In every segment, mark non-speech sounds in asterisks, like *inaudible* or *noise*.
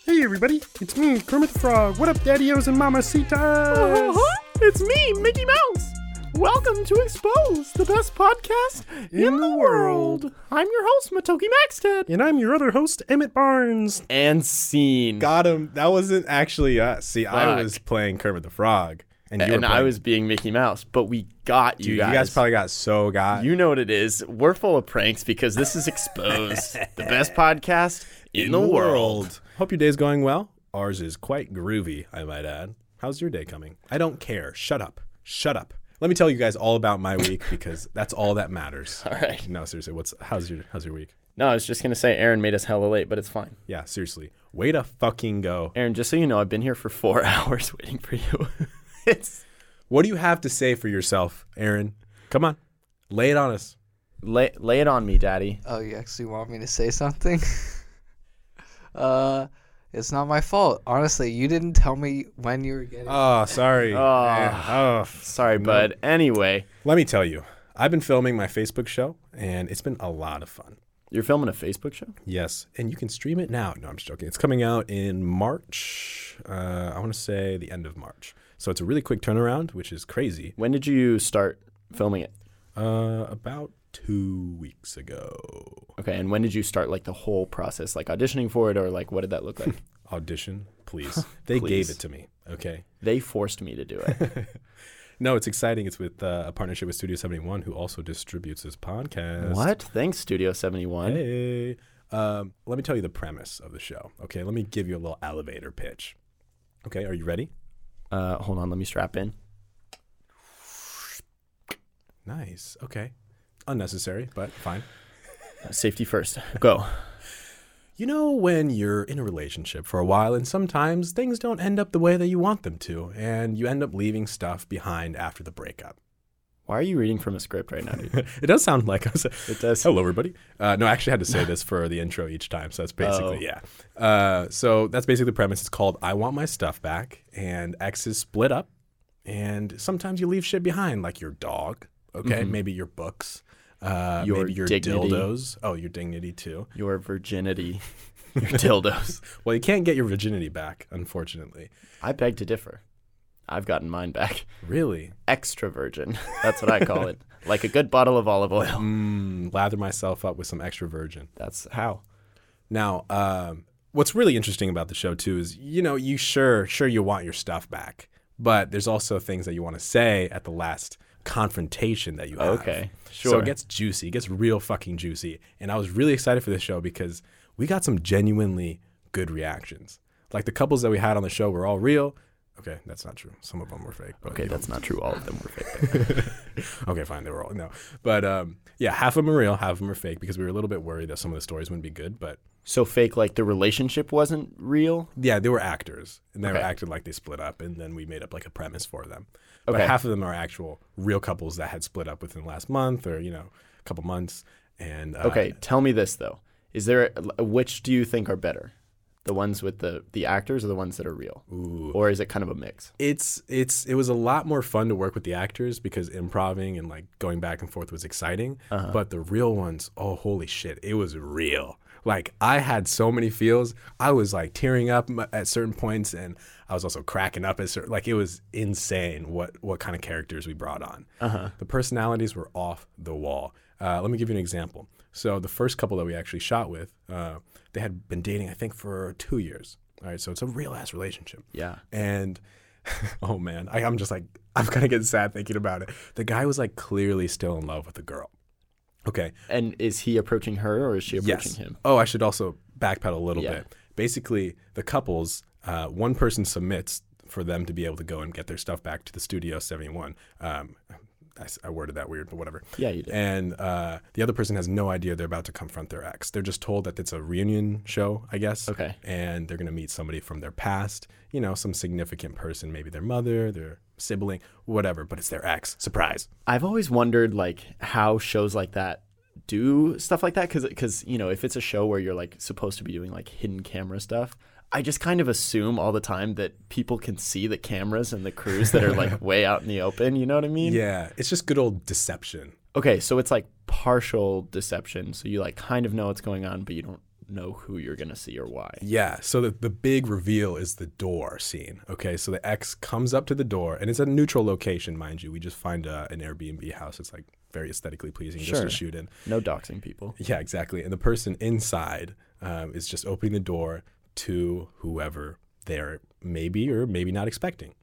Hey everybody, it's me, Kermit the Frog. What up, daddios and mamacitas? Uh-huh. It's me, Mickey Mouse. Welcome to Expose, the best podcast in, the world. I'm your host, Matoki Maxted. And I'm your other host, Emmett Barnes. and scene. Got him. That wasn't actually us. See, I Fuck. was playing Kermit the Frog, and you were and I playing- was being Mickey Mouse, but we got you Dude, guys. you guys probably got so got You know what it is. We're full of pranks because this is Exposed, the *laughs* best podcast in, the, world. Hope your day's going well. Ours is quite groovy, I might add. How's your day coming? I don't care. Shut up. Shut up. Let me tell you guys all about my *laughs* week because that's all that matters. all right. No, seriously. What's how's your how's your week? No, I was just gonna say Aaron made us hella late, but it's fine. Yeah, seriously. Way to fucking go. Aaron, just so you know, I've been here for four *laughs* hours waiting for you. *laughs* it's What do you have to say for yourself, Aaron? Come on. Lay it on us. lay lay it on me, Daddy. Oh, you actually want me to say something? *laughs* uh, it's not my fault. Honestly, you didn't tell me when you were getting. Uh, Oh, sorry. Man. oh Sorry, bud. Anyway, Let me tell you, I've been filming my Facebook show and it's been a lot of fun. you're filming a Facebook show. Yes, and you can stream it now. No, I'm just joking. It's coming out in March. Uh, I want to say the end of March. So it's a really quick turnaround, which is crazy. When did you start filming it? Uh, about two weeks ago, Okay, and when did you start like the whole process, like auditioning for it, or like what did that look *laughs* like? audition, *laughs* please. They Please. gave it to me. Okay. they forced me to do it. No, it's exciting. It's with uh, a partnership with Studio 71, who also distributes this podcast. What? Thanks, Studio 71. Hey. Um, let me tell you the premise of the show. Okay, let me give you a little elevator pitch. Okay, are you ready? Uh, hold on, let me strap in. Nice. Okay. Unnecessary, but fine. Safety first. Go. You know, when you're in a relationship for a while and sometimes things don't end up the way that you want them to, and you end up leaving stuff behind after the breakup. *laughs* Why are you reading from a script right now, dude? It does sound like I was. *laughs* It does. Hello, everybody. Uh, no, I actually had to say this for the intro each time, so that's basically Oh. yeah. Uh, so that's basically the premise. It's called "I Want My Stuff Back," and exes split up, and sometimes you leave shit behind, like your dog. Okay, maybe your books, uh, Mm-hmm. Your maybe your dignity. dildos. Oh, your dignity too. Your virginity, *laughs* your dildos. *laughs* Well, you can't get your virginity back, unfortunately. I beg to differ. I've gotten mine back. Really, Extra virgin. That's what I call it. Like a good bottle of olive oil. Mm, lather myself up with some extra virgin. That's how. Now, um, what's really interesting about the show too is, you know, you sure, sure you want your stuff back, but there's also things that you want to say at the last confrontation that you have. Okay, So sure. it gets juicy, it gets real fucking juicy, and I was really excited for this show because we got some genuinely good reactions. Like the couples that we had on the show were all real. Okay, that's not true. Some of them were fake. But Okay, that's not true. All of them were fake. *laughs* Okay, fine. They were all no, but um, yeah, half of them are real, half of them are fake because we were a little bit worried that some of the stories wouldn't be good. But So fake, like the relationship wasn't real. yeah, they were actors, and they were Okay. acted like they split up, and then we made up like a premise for them. But Okay. half of them are actual real couples that had split up within the last month or you know a couple months. And uh, Okay, tell me this though: Is there uh, which do you think are better, the ones with the the actors or the ones that are real, or is it kind of a mix? it's it's it was a lot more fun to work with the actors because improving and like going back and forth was exciting. But the real ones, oh holy shit, it was real. Like I had so many feels. I was like tearing up m- at certain points, and I was also cracking up at certain. Like it was insane what what kind of characters we brought on. The personalities were off the wall. Uh, let me give you an example. So the first couple that we actually shot with, uh, they had been dating I think for two years. All right, so it's a real ass relationship. Yeah. And *laughs* oh man, I, I'm just like, I'm gonna get sad thinking about it. The guy was like clearly still in love with the girl. Okay. And is he approaching her or is she approaching Yes. him? Oh, I should also backpedal a little Yeah. bit. Basically, the couples, uh, one person submits for them to be able to go and get their stuff back to the Studio 71. Um, I, s- I worded that weird, but whatever. Yeah, you did. And uh, the other person has no idea they're about to confront their ex. They're just told that it's a reunion show, I guess. Okay. And they're going to meet somebody from their past, you know, some significant person, maybe their mother, their sibling, whatever, but it's their ex. Surprise. I've always wondered like how shows like that do stuff like that because you know if it's a show where you're like supposed to be doing like hidden camera stuff. I just kind of assume all the time that people can see the cameras and the crews that are *laughs* like way out in the open. You know what I mean? Yeah. It's just good old deception. Okay, so it's like partial deception. So you like kind of know what's going on, but you don't know who you're gonna see or why. Yeah. So the, the big reveal is the door scene. Okay. So the ex comes up to the door, and it's a neutral location, mind you. We just find uh, an Airbnb house. It's like very aesthetically pleasing just Sure. to shoot in. No doxing people. Yeah, exactly. And the person inside um, is just opening the door to whoever they're maybe or maybe not expecting.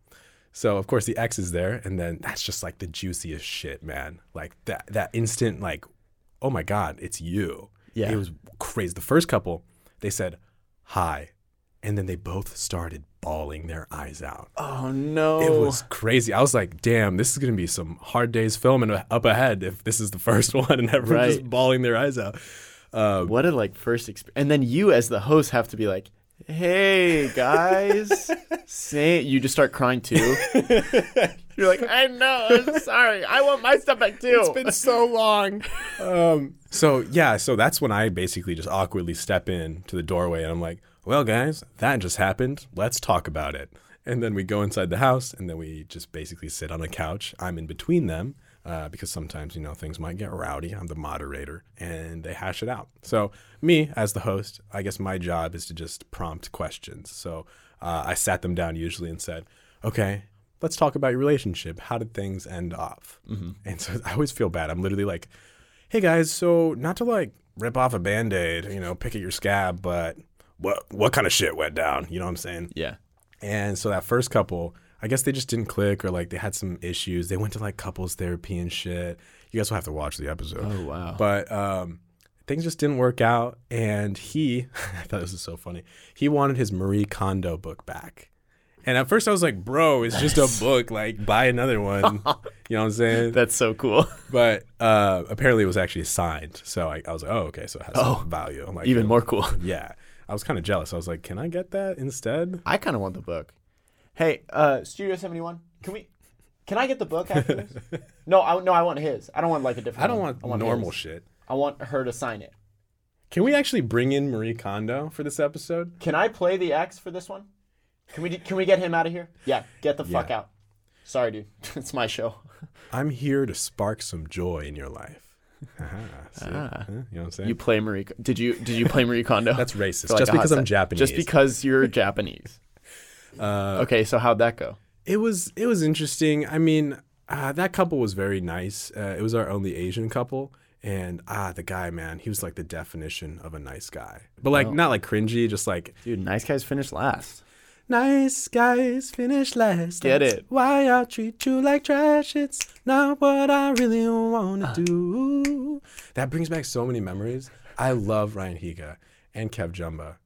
So of course the ex is there, and then that's just like the juiciest shit, man. Like that that instant, like, oh my god, it's you. Yeah. it was crazy. The first couple, they said hi, and then they both started bawling their eyes out. Oh no. It was crazy. I was like, damn, this is going to be some hard days filming up ahead if this is the *laughs* first one and everyone's Right. just bawling their eyes out. Um, what a like first experience. And then you as the host have to be like, "Hey *laughs* guys, say you just start crying too." You're like, "I know, I'm sorry. I want my stuff back too." it's been so long. Um, so, yeah, so that's when I basically just awkwardly step in to the doorway and I'm like, well, guys, that just happened. Let's talk about it. And then we go inside the house and then we just basically sit on a couch. I'm in between them. Uh, because sometimes you know things might get rowdy. I'm the moderator, and they hash it out. So me, as the host, I guess my job is to just prompt questions. So uh, I sat them down usually and said, "Okay, let's talk about your relationship. How did things end off? And so *laughs* I always feel bad. I'm literally like, hey guys, so not to like rip off a band aid, you know, pick at your scab, but what what kind of shit went down? You know what I'm saying? yeah. And so that first couple, I guess they just didn't click or like they had some issues. They went to like couples therapy and shit. You guys will have to watch the episode. Oh wow. But um, things just didn't work out. And he, *laughs* I thought this was so funny. He wanted his Marie Kondo book back. And at first I was like, bro, it's just a book. Like, buy another *laughs* one. you know what I'm saying? That's so cool. *laughs* but uh, apparently it was actually signed. So I, I was like, oh, okay. So it has some value. I'm like, Even oh, more cool. Yeah. I was kind of jealous. I was like, can I get that instead? I kind of want the book. Hey, uh, Studio 71, can we? Can I get the book after this? *laughs* no, I no, I want his. I don't want like a different. I don't one. want, normal his. shit. I want her to sign it. Can we actually bring in Marie Kondo for this episode? Can I play the X for this one? Can we can we get him out of here? Yeah, get the fuck Yeah. out. Sorry, dude. *laughs* it's my show. I'm here to spark some joy in your life. Aha, see? Ah. Huh? You know what I'm saying? You play Marie? Did you did you play Marie Kondo? *laughs* That's racist. For, like, Just a hot because I'm sec- Japanese. Just because *laughs* you're Japanese. okay, so how'd that go? it was it was interesting. I mean, uh, that couple was very nice. Uh, it was our only Asian couple, and ah, the guy man, he was like the definition of a nice guy, but like not like cringy, just like Dude, nice guys finish last. nice guys finish last. Get That's it. Why I treat you like trash? It's not what I really Ah. wanna do. That brings back so many memories. I love Ryan Higa and Kev Jumba.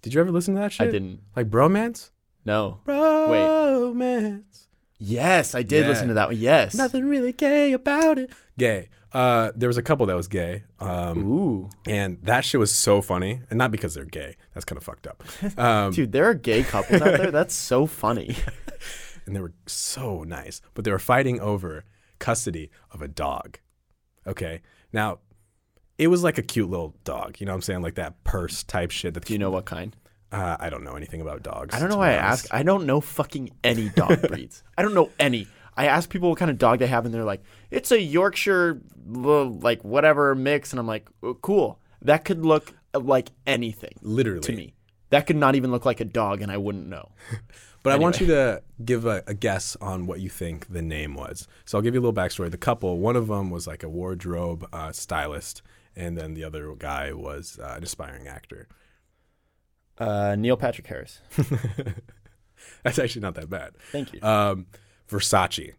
Did you ever listen to that shit? I didn't. Like bromance. No. Bromance. Yes, I did Yeah. listen to that one. Yes. Nothing really gay about it. Gay. Uh, there was a couple that was gay, um, Ooh. and that shit was so funny, and not because they're gay. That's kind of fucked up. Um, Dude, there are gay couples out there. That's so funny. *laughs* and they were so nice, but they were fighting over custody of a dog. Okay, now it was like a cute little dog. You know what I'm saying? Like that purse type shit. That Do you know what kind? uh, I don't know anything about dogs. I don't to know why I be honest. ask. uh, I don't know fucking any dog *laughs* breeds. I don't know any. I ask people what kind of dog they have, and they're like, "It's a Yorkshire, l- like whatever mix," and I'm like, "Oh, "Cool. That could look like anything." Literally. to me, that could not even look like a dog, and I wouldn't know. But I want you to give a, a guess on what you think the name was. So I'll give you a little backstory. The couple, one of them was like a wardrobe uh, stylist, and then the other guy was uh, an aspiring actor. *laughs* Uh, Neil Patrick Harris. That's actually not that bad. Thank you. Um, Versace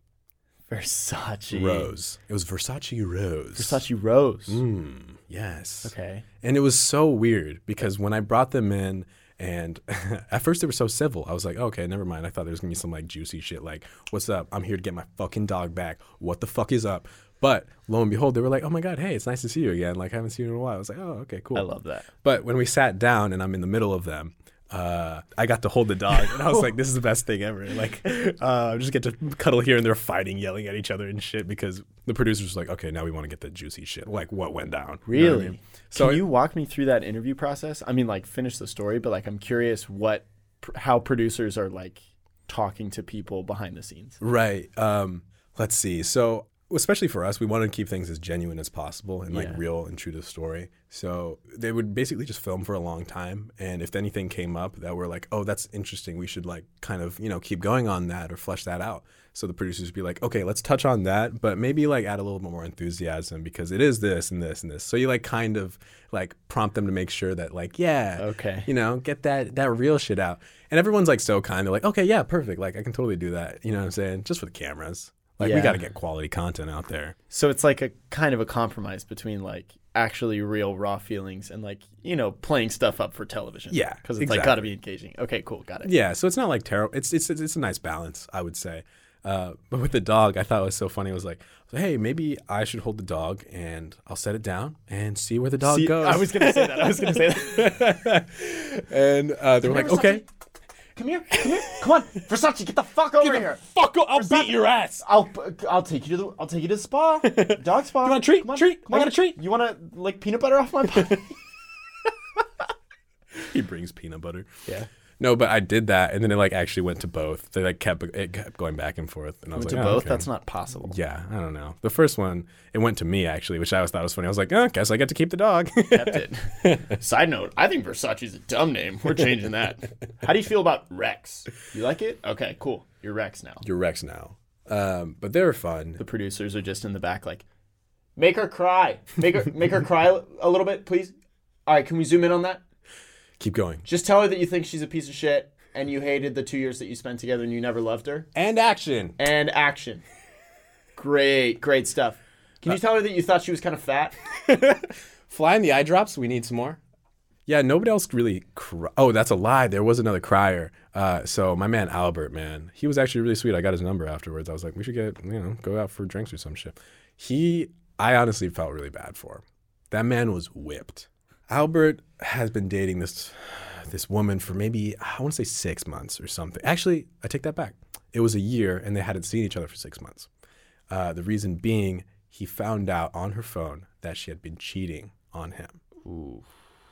Versace. Rose. It was Versace Rose. Versace Rose. Mm, yes. Okay. And it was so weird because when I brought them in, and *laughs* at first they were so civil. I was like, okay, never mind. I thought there was gonna be some like juicy shit, like, what's up? I'm here to get my fucking dog back. What the fuck is up? But lo and behold, they were like, oh my god, hey, it's nice to see you again. Like, I haven't seen you in a while. I was like, oh, okay, cool. I love that. But when we sat down and I'm in the middle of them, uh, I got to hold the dog, and I was like, "This is the best thing ever!" Like, *laughs* uh, I just get to cuddle here, and they're fighting, yelling at each other and shit because the producers were like, "Okay, now we want to get the juicy shit, like what went down." You know what I Really? mean? So Can it- you walk me through that interview process? I mean, like finish the story, but like I'm curious what pr- how producers are like talking to people behind the scenes. Right. Um, let's see. So especially for us, we wanted to keep things as genuine as possible and like Yeah. real and true to the story. So they would basically just film for a long time, and if anything came up that were like, "Oh, that's interesting," we should like kind of you know keep going on that or flesh that out. So the producers would be like, "Okay, let's touch on that, but maybe like add a little bit more enthusiasm because it is this and this and this." So you like kind of like prompt them to make sure that like, yeah, Okay. you know, get that that real shit out. And everyone's like so kind. They're like, okay, yeah, perfect. Like I can totally do that. You know what I'm saying? Just for the cameras. Like we Yeah. got to get quality content out there. So it's like a kind of a compromise between like actually real raw feelings and like you know playing stuff up for television. Yeah, because it's like exactly. got to be engaging. Okay, cool, got it. Yeah, so it's not like terrible. It's it's it's a nice balance, I would say. Uh, but with the dog, I thought it was so funny. It was like, hey, maybe I should hold the dog and I'll set it down and see where the dog See, goes. I was gonna say that. I was gonna say that. and uh, they were like, okay, *laughs* Come here, come here, come on, Versace, get the fuck over here. fuck, I'll beat your ass. I'll I'll take you to the I'll take you to the *laughs* spa, dog spa. You want a treat? Come on, Treat? Come on. I got a treat. You want to like peanut butter off my pie? He brings peanut butter. yeah. No, but I did that, and then it like actually went to both. They like kept it kept going back and forth, and I was To like, oh, both? okay. That's not possible. Yeah, I don't know. The first one, it went to me actually, which I always thought was funny. I was like, oh, guess I get to keep the dog. *laughs* Kept it. Side note: I think Versace's a dumb name. We're changing that. How do you feel about Rex? You like it? Okay, cool. You're Rex now. You're Rex now. Um, but they were fun. the producers are just in the back like make her cry make her make her cry a little bit please all right can we zoom in on that Keep going. just tell her that you think she's a piece of shit and you hated the two years that you spent together and you never loved her And action. and action great great stuff can you tell her that you thought she was kind of fat Fly in the eye drops. We need some more. Yeah, nobody else really. Cri- oh, that's a lie. There was another crier. Uh, so my man Albert, man, he was actually really sweet. I got his number afterwards. I was like, we should get you know go out for drinks or some shit. He, I honestly felt really bad for him. That man was whipped. Albert has been dating this this woman for maybe I want to say six months or something. Actually, I take that back. It was a year, and they hadn't seen each other for six months. Uh, the reason being, he found out on her phone that she had been cheating on him.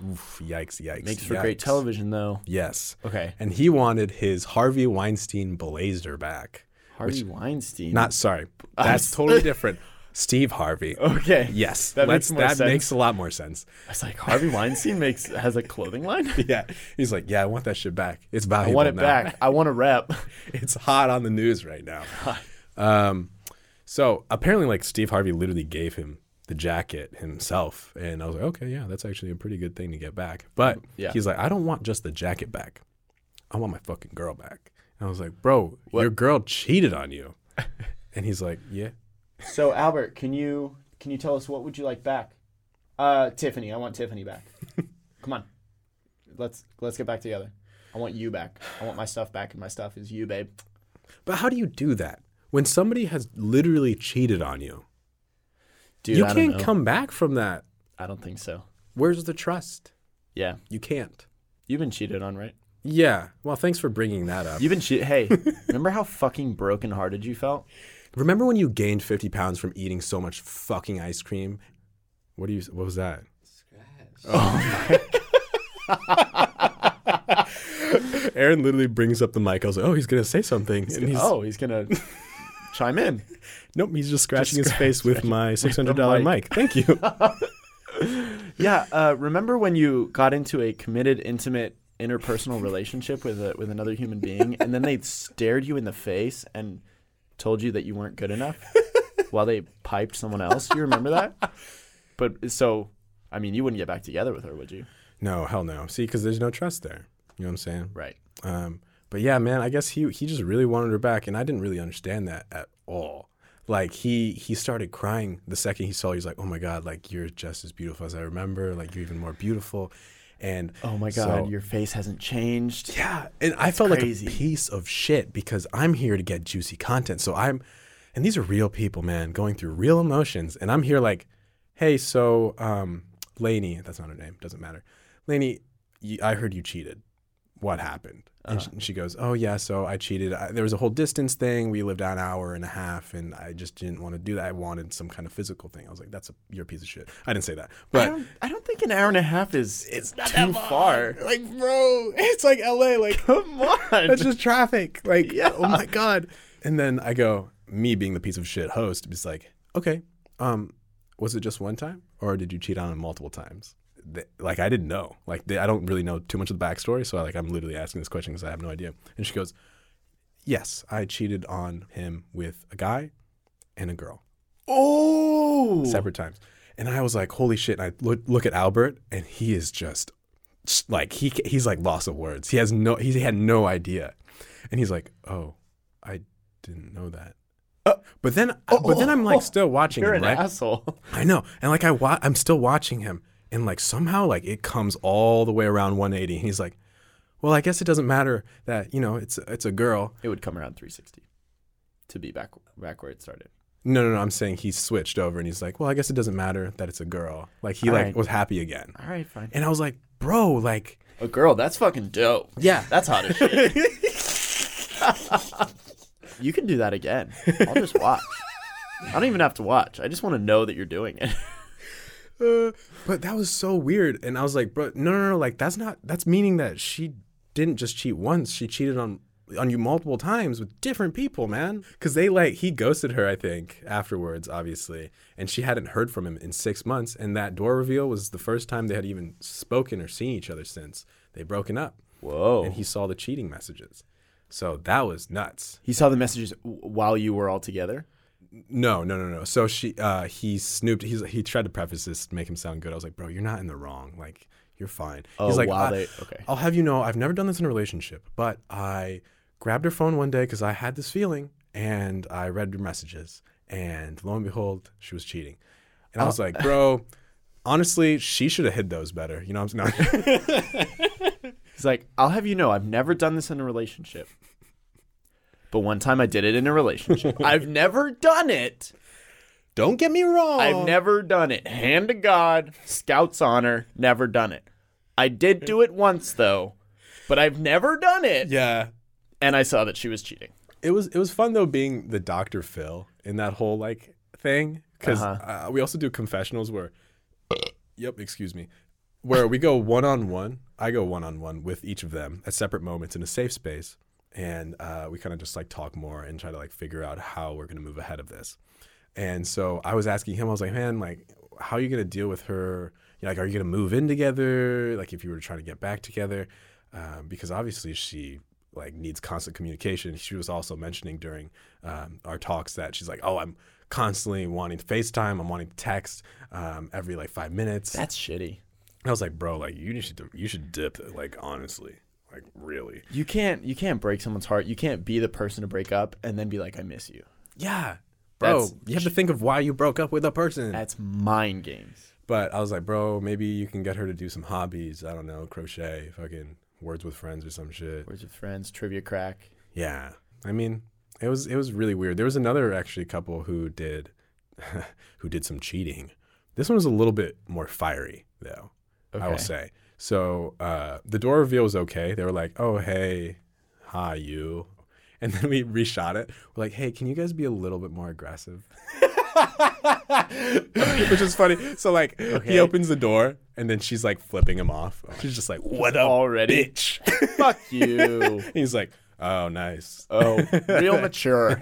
Oof, yikes, yikes. makes for great yikes. television though Yes. Okay. And he wanted his Harvey Weinstein blazer back. harvey weinstein Not sorry. That's *laughs* totally different. Steve Harvey. okay Yes. Oh, that let's- makes more that sense makes a lot more sense. it's like harvey weinstein makes has a *laughs* clothing line Yeah. He's like, yeah, I want that shit back. It's i valuable. want it now. back i want a rep *laughs* it's hot on the news right *laughs* now. Um, so apparently, like Steve Harvey literally gave him the jacket himself, and I was like, okay, yeah, that's actually a pretty good thing to get back. But Yeah. he's like, I don't want just the jacket back. I want my fucking girl back. And I was like, bro, your girl cheated on you. *laughs* and he's like, yeah. *laughs* So Albert, can you can you tell us what would you like back? Uh, Tiffany, I want Tiffany back. *laughs* Come on, let's let's get back together. I want you back. I want my stuff back, and my stuff is you, babe. But how do you do that when somebody has literally cheated on you? Dude, you I can't don't know. come back from that. I don't think so. Where's the trust? Yeah, You can't. you've been cheated on, right? Yeah. Well, thanks for bringing that up. You've *laughs* been cheated. Hey, remember how fucking brokenhearted you felt? Remember when you gained 50 pounds from eating so much fucking ice cream? What do you what was that? Oh Scratch. Oh. *laughs* Aaron literally brings up the mic. I was like, "Oh, he's gonna say something," and he's oh, *laughs* he's gonna chime in. nope. He's just scratching his face *laughs* with my six hundred dollar mic. Thank *laughs* you. Yeah, uh, remember when you got into a committed, intimate, interpersonal relationship with a, with another human being, and then they stared you in the face and told you that you weren't good enough while they piped someone else? Do you remember that? But so, I mean, you wouldn't get back together with her, would you? no, hell no. See, because there's no trust there. You know what I'm saying? Right. Um, but yeah, man, I guess he he just really wanted her back, and I didn't really understand that at all. Like he he started crying the second he saw. her. He's like, "Oh my god, like you're just as beautiful as I remember. Like you're even more beautiful." And Oh my so- God, your face hasn't changed. yeah, and I felt crazy. like a piece of shit because I'm here to get juicy content. So I'm, and these are real people, man, going through real emotions, and I'm here like, hey, so um, Lainey, that's not her name, doesn't matter. Lainey, you, I heard you cheated. What happened? And she, she goes, oh yeah, so I cheated. I, there was a whole distance thing. We lived an hour and a half, and I just didn't want to do that. I wanted some kind of physical thing. I was like, that's a you're a piece of shit. I didn't say that, I *laughs* but don't, I don't think an hour and a half is it's not too far. like, bro, *laughs* it's like L.A. Like. *laughs* Come on. That's just traffic. Like, oh my God. And then I go, me being the piece of shit host, is like, okay, um, was it just one time or did you cheat on him multiple times? Th- Like I didn't know. Like they, I don't really know too much of the backstory, so I, like I'm literally asking this question because I have no idea. And she goes, "Yes, I cheated on him with a guy and a girl." Oh, separate times. And I was like, holy shit. And I look, look at Albert and he is just just like, he ca- he's like loss of words. He has no, he had no idea. And he's like, oh, I didn't know that. Uh, but then, Oh, but then I'm like still watching you're him, an right? asshole. I know. And like, I wa- I'm still watching him and like somehow like it comes all the way around 180 and he's like, well, I guess it doesn't matter that, you know, it's, it's a girl. It would come around 360 to be back back where it started. No, no, no. I'm saying he switched over and he's like, well, I guess it doesn't matter that it's a girl. Like he All like right. was happy again. All right, fine. And I was like, bro, like, A girl, that's fucking dope. Yeah. that's hot as shit. you can do that again. I'll just watch. I don't even have to watch. I just want to know that you're doing it. but that was so weird. And I was like, bro, no, no, no, like that's not, that's meaning that she didn't just cheat once. She cheated on, on you multiple times with different people, man. Cause they like, he ghosted her, I think, afterwards, obviously. And she hadn't heard from him in six months. And that door reveal was the first time they had even spoken or seen each other since they broken up. Whoa. And he saw the cheating messages. So that was nuts. He saw the messages w- while you were all together. No, no, no, no. So she, uh, he snooped. He's he tried to preface this, to make him sound good. I was like, bro, you're not in the wrong. Like you're fine. Oh, he's like, wow, I, they- okay. I'll have you know, I've never done this in a relationship, but I grabbed her phone one day because I had this feeling, and I read her messages, and lo and behold, she was cheating, and I was Oh. like, bro. Honestly, she should have hid those better. You know what I'm *laughs* *laughs* saying? He's like, I'll have you know, I've never done this in a relationship. But one time I did it in a *laughs* relationship. I've never done it. Don't get me wrong. I've never done it. Hand to God, Scout's honor, never done it. I did do it once though, but I've never done it. Yeah. And I saw that she was cheating. it was it was fun though being the Dr. Phil in that whole like thing because uh we also do confessionals where, yep, excuse me, where we go one on one. I go one on one with each of them at separate moments in a safe space, and uh, we kind of just like talk more and try to like figure out how we're gonna move ahead of this. And so I was asking him, I was like, man, like, how are you gonna deal with her? You know, like, are you gonna move in together? Like, if you were trying to get back together, um, because obviously she like needs constant communication. She was also mentioning during um, our talks that she's like, oh, I'm constantly wanting to FaceTime. I'm wanting to text um, every like five minutes. That's shitty. I was like, bro, like you should you should dip. Like, honestly, like really. You can't you can't break someone's heart. You can't be the person to break up and then be like, I miss you. Yeah. Bro, That's- you have to think of why you broke up with a person. That's mind games. But I was like, bro, maybe you can get her to do some hobbies. I don't know, crochet, fucking words with friends or some shit. Words with friends, trivia crack. Yeah. I mean, it was it was really weird. There was another actually couple who did *laughs* who did some cheating. This one was a little bit more fiery though. I will Okay. say. So uh, the door reveal was okay. They were like, "Oh hey, hi you," and then we reshot it. We're like, "Hey, can you guys be a little bit more aggressive?" *laughs* Which is funny. So like, he opens the door, and then she's like flipping him off. She's just like, "What up, Already. bitch?" *laughs* Fuck you. And he's like, "Oh, nice." Oh, real mature.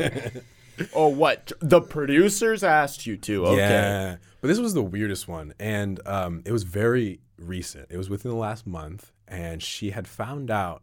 Oh, what? The producers asked you to. Okay. Yeah. But this was the weirdest one. And um, it was very recent. It was within the last month. And she had found out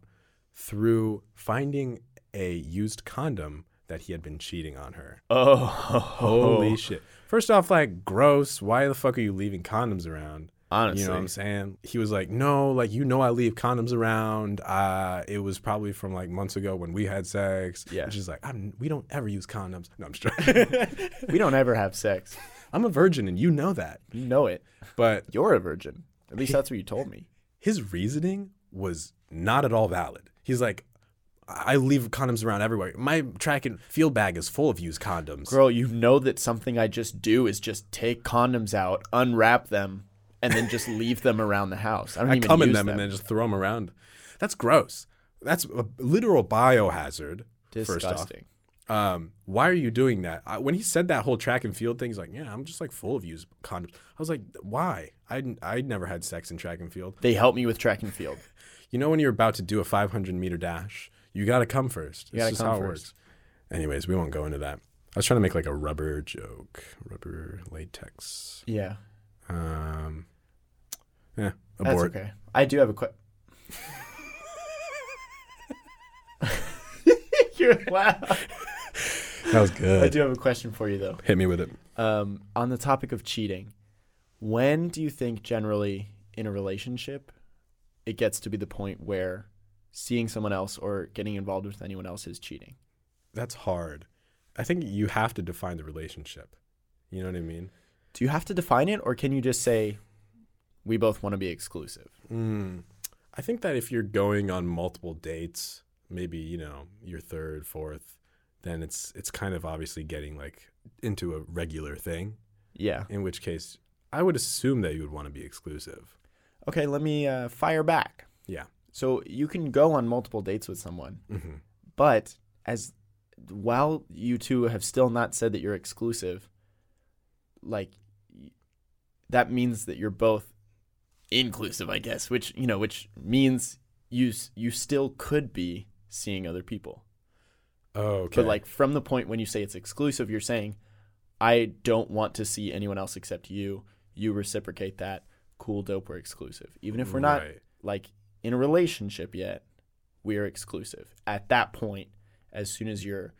through finding a used condom that he had been cheating on her. Oh, *laughs* Holy shit. First off, like, gross. Why the fuck are you leaving condoms around? honestly. You know what I'm saying? He was like, no, like, you know, I leave condoms around. Uh, it was probably from like months ago when we had sex. Yeah. And she's like, I'm, we don't ever use condoms. No, I'm just joking. *laughs* we don't ever have sex. I'm a virgin and you know that. You know it. But You're a virgin. At least that's what you told me. his reasoning was not at all valid. He's like, I I leave condoms around everywhere. My track and field bag is full of used condoms. *laughs* Girl, you know that something I just do is just take condoms out, unwrap them, and then just leave them around the house. I don't I even come in use them, and then just throw them around. That's gross. That's a literal biohazard. First Disgusting. off, um, why are you doing that? I, when he said that whole track and field thing, he's like, "Yeah, I'm just like full of used condoms." I was like, "Why? I I never had sex in track and field." They help me with track and field. You know when you're about to do a 500 meter dash, you got to come first. You gotta just come how it first. works. Anyways, we won't go into that. I was trying to make like a rubber joke, rubber latex. Yeah, Um, yeah, that's abort. okay. I do have a *laughs* quick. You're loud. That was I good. do have a question for you though. Hit me with it. um, on the topic of cheating, when do you think generally in a relationship it gets to be the point where seeing someone else or getting involved with anyone else is cheating? That's hard. I think you have to define the relationship. You know what I mean? Do you have to define it, or can you just say we both want to be exclusive? Mm. I think that if you're going on multiple dates, maybe you know your third, fourth, then it's it's kind of obviously getting like into a regular thing. Yeah. In which case, I would assume that you would want to be exclusive. Okay, let me uh, fire back. Yeah. So you can go on multiple dates with someone, hmm but as while you two have still not said that you're exclusive, like y- that means that you're both inclusive, I guess. Which you know, which means you s- you still could be seeing other people, Oh, okay. but like from the point when you say it's exclusive, you're saying I don't want to see anyone else except you. You reciprocate that. Cool, dope. We're exclusive, even if we're not Right. like in a relationship yet we are exclusive at that point as soon as you're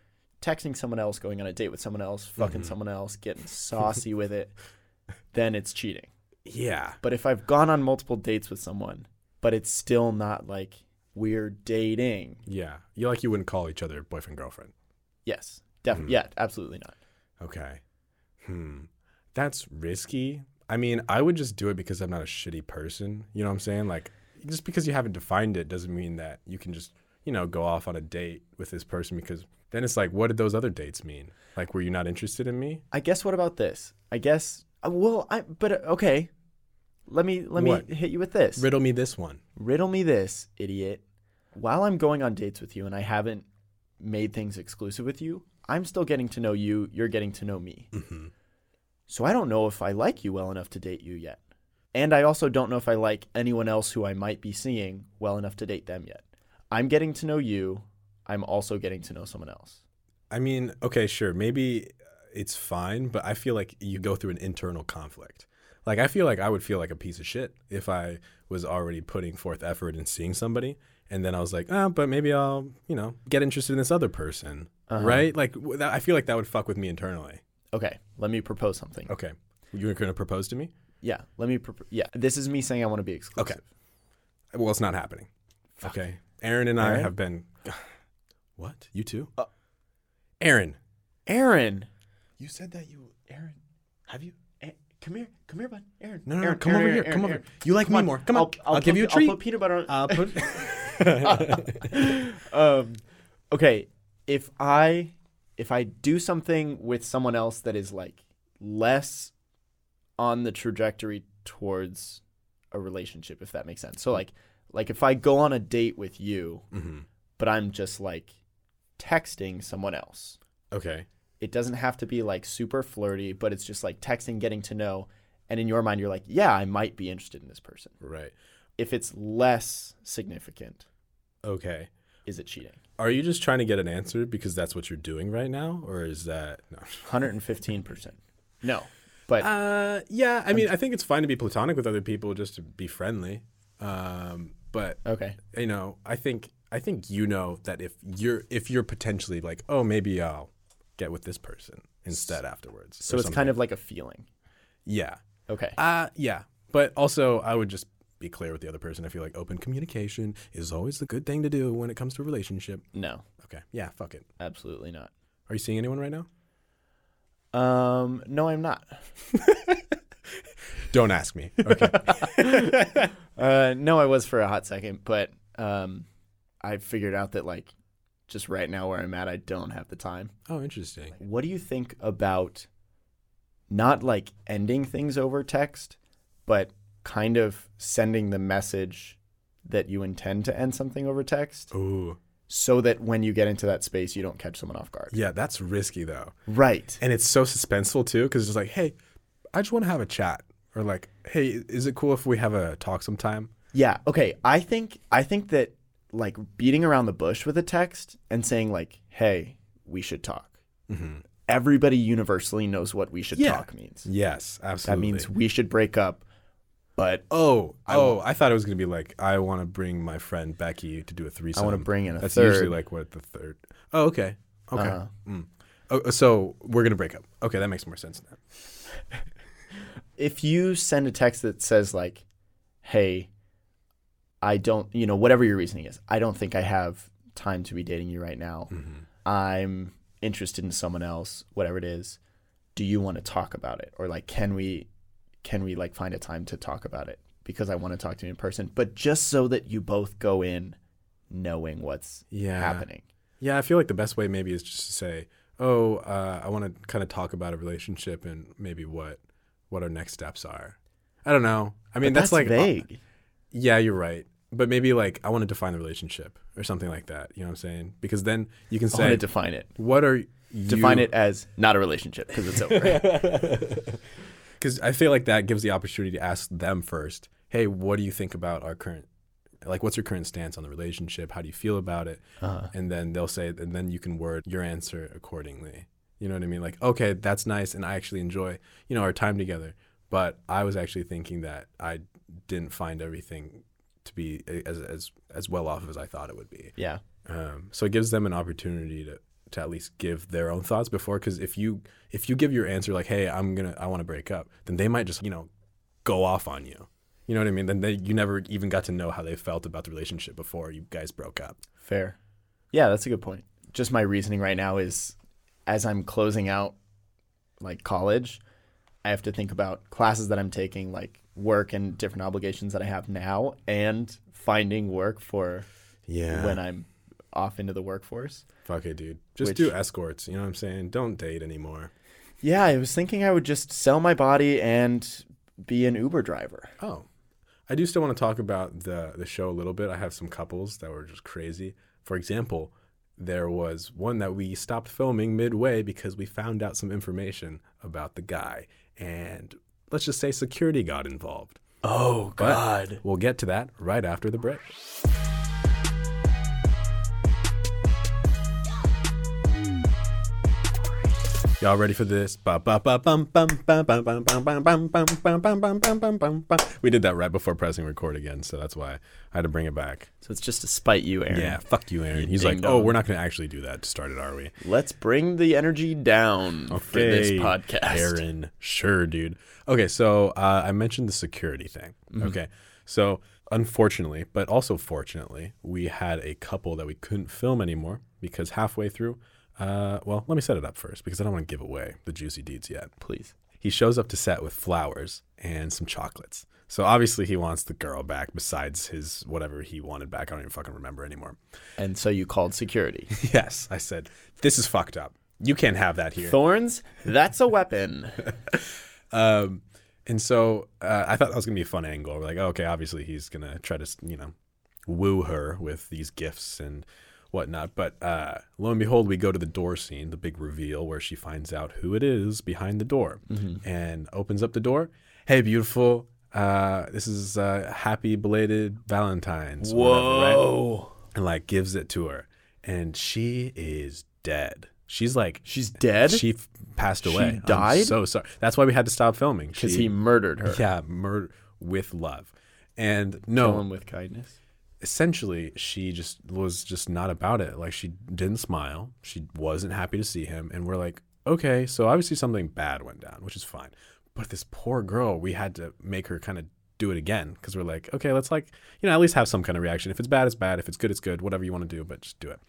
texting someone else going on a date with someone else fucking someone else getting saucy with it then it's cheating yeah, but if i've gone on multiple dates with someone but it's still not like we're dating yeah. You like you wouldn't call each other boyfriend girlfriend. yes definitely yeah absolutely not Okay. Hmm. That's risky. I mean, I would just do it because I'm not a shitty person. You know what I'm saying? Like, just because you haven't defined it doesn't mean that you can just, you know, go off on a date with this person because then it's like, what did those other dates mean? Like, were you not interested in me? i guess what about this i guess uh, well i but uh, okay let me let What? me hit you with this Riddle me this one. Riddle me this, idiot. While I'm going on dates with you and I haven't made things exclusive with you, I'm still getting to know you. You're getting to know me. Mm-hmm. So I don't know if I like you well enough to date you yet. And I also don't know if I like anyone else who I might be seeing well enough to date them yet. I'm getting to know you. I'm also getting to know someone else. I mean, okay, sure, maybe uh, it's fine, but I feel like you go through an internal conflict. Like I feel like I would feel like a piece of shit if I was already putting forth effort and seeing somebody, and then I was like, ah, but maybe I'll, you know, get interested in this other person, Uh-huh. right? Like w- that, I feel like that would fuck with me internally. Okay, let me propose something. Okay, you're gonna propose to me? Yeah, let me. Prop- yeah, this is me saying I want to be exclusive. Okay. Well, it's not happening. Okay, Aaron and I Aaron? Uh, have been. *sighs* what? You too? Aaron, Aaron, you said that you Aaron. Have you? Eh, come here, come here, bud. Aaron. No, no, Aaron, no. Come Aaron, over Aaron, here. Aaron, come over. Aaron. here. You like me more. Come on. I'll, give put- you a treat. I'll put peanut butter on. I'll put- *laughs* *laughs* um, okay, if I if I do something with someone else that is like less on the trajectory towards a relationship, if that makes sense. So like like if I go on a date with you, Mm-hmm. but I'm just like texting someone else. okay. It doesn't have to be like super flirty, but it's just like texting, getting to know. And in your mind, you're like, yeah, I might be interested in this person. Right. If it's less significant, Okay. is it cheating? Are you just trying to get an answer because that's what you're doing right now, or is that no? 115%. No. But Uh, yeah. I mean, I think it's fine to be platonic with other people just to be friendly. Um, but okay. you know, I think I think you know that if you're if you're potentially like, oh, maybe I'll get with this person instead afterwards. So it's kind of like a feeling. yeah. Okay. Uh yeah. But also I would just be clear with the other person. I feel like open communication is always the good thing to do when it comes to a relationship. No, Okay. Yeah, fuck it. absolutely not. Are you seeing anyone right now? Um, no, I'm *laughs* not. Don't ask me. Okay. *laughs* Uh, no, I was for a hot second, but um, I figured out that like just right now where I'm at, I don't have the time. oh, interesting. What do you think about not like ending things over text, but kind of sending the message that you intend to end something over text Ooh. so that when you get into that space, you don't catch someone off guard? Yeah, that's risky though. Right. And it's so suspenseful too cuz it's just like, "Hey, I just want to have a chat." Or like, "Hey, is it cool if we have a talk sometime?" Yeah. Okay. I think I think that like beating around the bush with a text and saying like, "Hey, we should talk," everybody universally knows what we should Mm-hmm. Yeah. talk means. Yes, That absolutely. means we should break up, but Oh, oh! I thought it was gonna be like I want to bring my friend Becky to do a threesome. bring in a That's third. Uh-huh. usually like what the third. Oh, okay, okay. Mm. Oh, so we're gonna break up. Okay, that makes more sense now. if you send a text that says like, "Hey, I don't," you know, whatever your reasoning is, I don't think I have time to be dating you right now. Mm-hmm. I'm interested in someone else, whatever it is. Do you want to talk about it, or like, can we, can we like find a time to talk about it? Because I want to talk to you in person, but just so that you both go in knowing what's Yeah. happening. Yeah, I feel like the best way maybe is just to say, "Oh, uh, I want to kind of talk about a relationship and maybe what what our next steps are." I don't know. I mean, that's, like uh, vague. yeah, you're right. But maybe like I want to define the relationship or something like that. You know what I'm saying? Because then you can I want say, to define it. "What are you, Define it as not a relationship *laughs* because it's over. because I feel like that gives the opportunity to ask them first. Hey, what do you think about our current? Like, what's your current stance on the relationship? How do you feel about it? Uh, And then they'll say, and then you can word your answer accordingly. You know what I mean? Like, okay, that's nice, and I actually enjoy, you know, our time together. But I was actually thinking that I didn't find everything to be a- as as as well off as I thought it would be. yeah. Um, so it gives them an opportunity to to at least give their own thoughts before, because if you if you give your answer like, "Hey, I'm gonna I want to break up," then they might just you know go off on you. You know what I mean? Then they, you never even got to know how they felt about the relationship before you guys broke up. Fair. Yeah, that's a good point. Just my reasoning right now is as I'm closing out like college, I have to think about classes that I'm taking, like work and different obligations that I have now and finding work for Yeah. when I'm off into the workforce. Fuck it, dude. Just Which- do escorts. You know what I'm saying? Don't date anymore. Yeah, I was thinking I would just sell my body and be an Uber driver. Oh, I do still want to talk about the the show a little bit. I have some couples that were just crazy. For example, there was one that we stopped filming midway because we found out some information about the guy, and let's just say security got involved. Oh But we'll get to that right after the break. Y'all ready for this? Ba ba ba bum bum bum bum bum bum bum bum bum bum bum bum bum bum bum bum. We did that right before pressing record again, so that's why I had to bring it back. So it's just to spite you, Aaron. Yeah, fuck you, Aaron. He's like, oh, ding-dong. we're not going to actually do that to start it, are we? Let's bring the energy down for this Okay, podcast. Aaron. Sure, dude. Okay, so uh, I mentioned the security thing. Mm-hmm. Okay, so unfortunately, but also fortunately, we had a couple that we couldn't film anymore because halfway through, uh, well, let me set it up first because I don't want to give away the juicy deeds yet. Please. He shows up to set with flowers and some chocolates. So obviously, he wants the girl back besides his whatever he wanted back. I don't even fucking remember anymore. *laughs* And so you called security. Yes, I said, this is fucked up. You can't have that here. Thorns, that's a weapon. *laughs* Um, and so uh, I thought that was gonna be a fun angle. We're like, oh, okay, obviously he's gonna try to you know woo her with these gifts and whatnot. But uh, lo and behold, we go to the door scene, the big reveal where she finds out who it is behind the door Mm-hmm. and opens up the door. Hey, beautiful. Uh, this is uh, happy belated Valentine's. or whatever, right? And like gives it to her, and she is dead. She's like She's dead she f- passed away. I'm died? so sorry. That's why we had to stop filming. because She- he murdered her. yeah, murder with love. And Kill him no, with kindness. essentially, she just was just not about it. Like she didn't smile. She wasn't happy to see him. And we're like, okay, so obviously something bad went down, which is fine. But this poor girl, we had to make her kind of do it again because we're like, okay, let's like, you know, at least have some kind of reaction. If it's bad, it's bad. If it's good, it's good. Whatever you want to do, but just do it.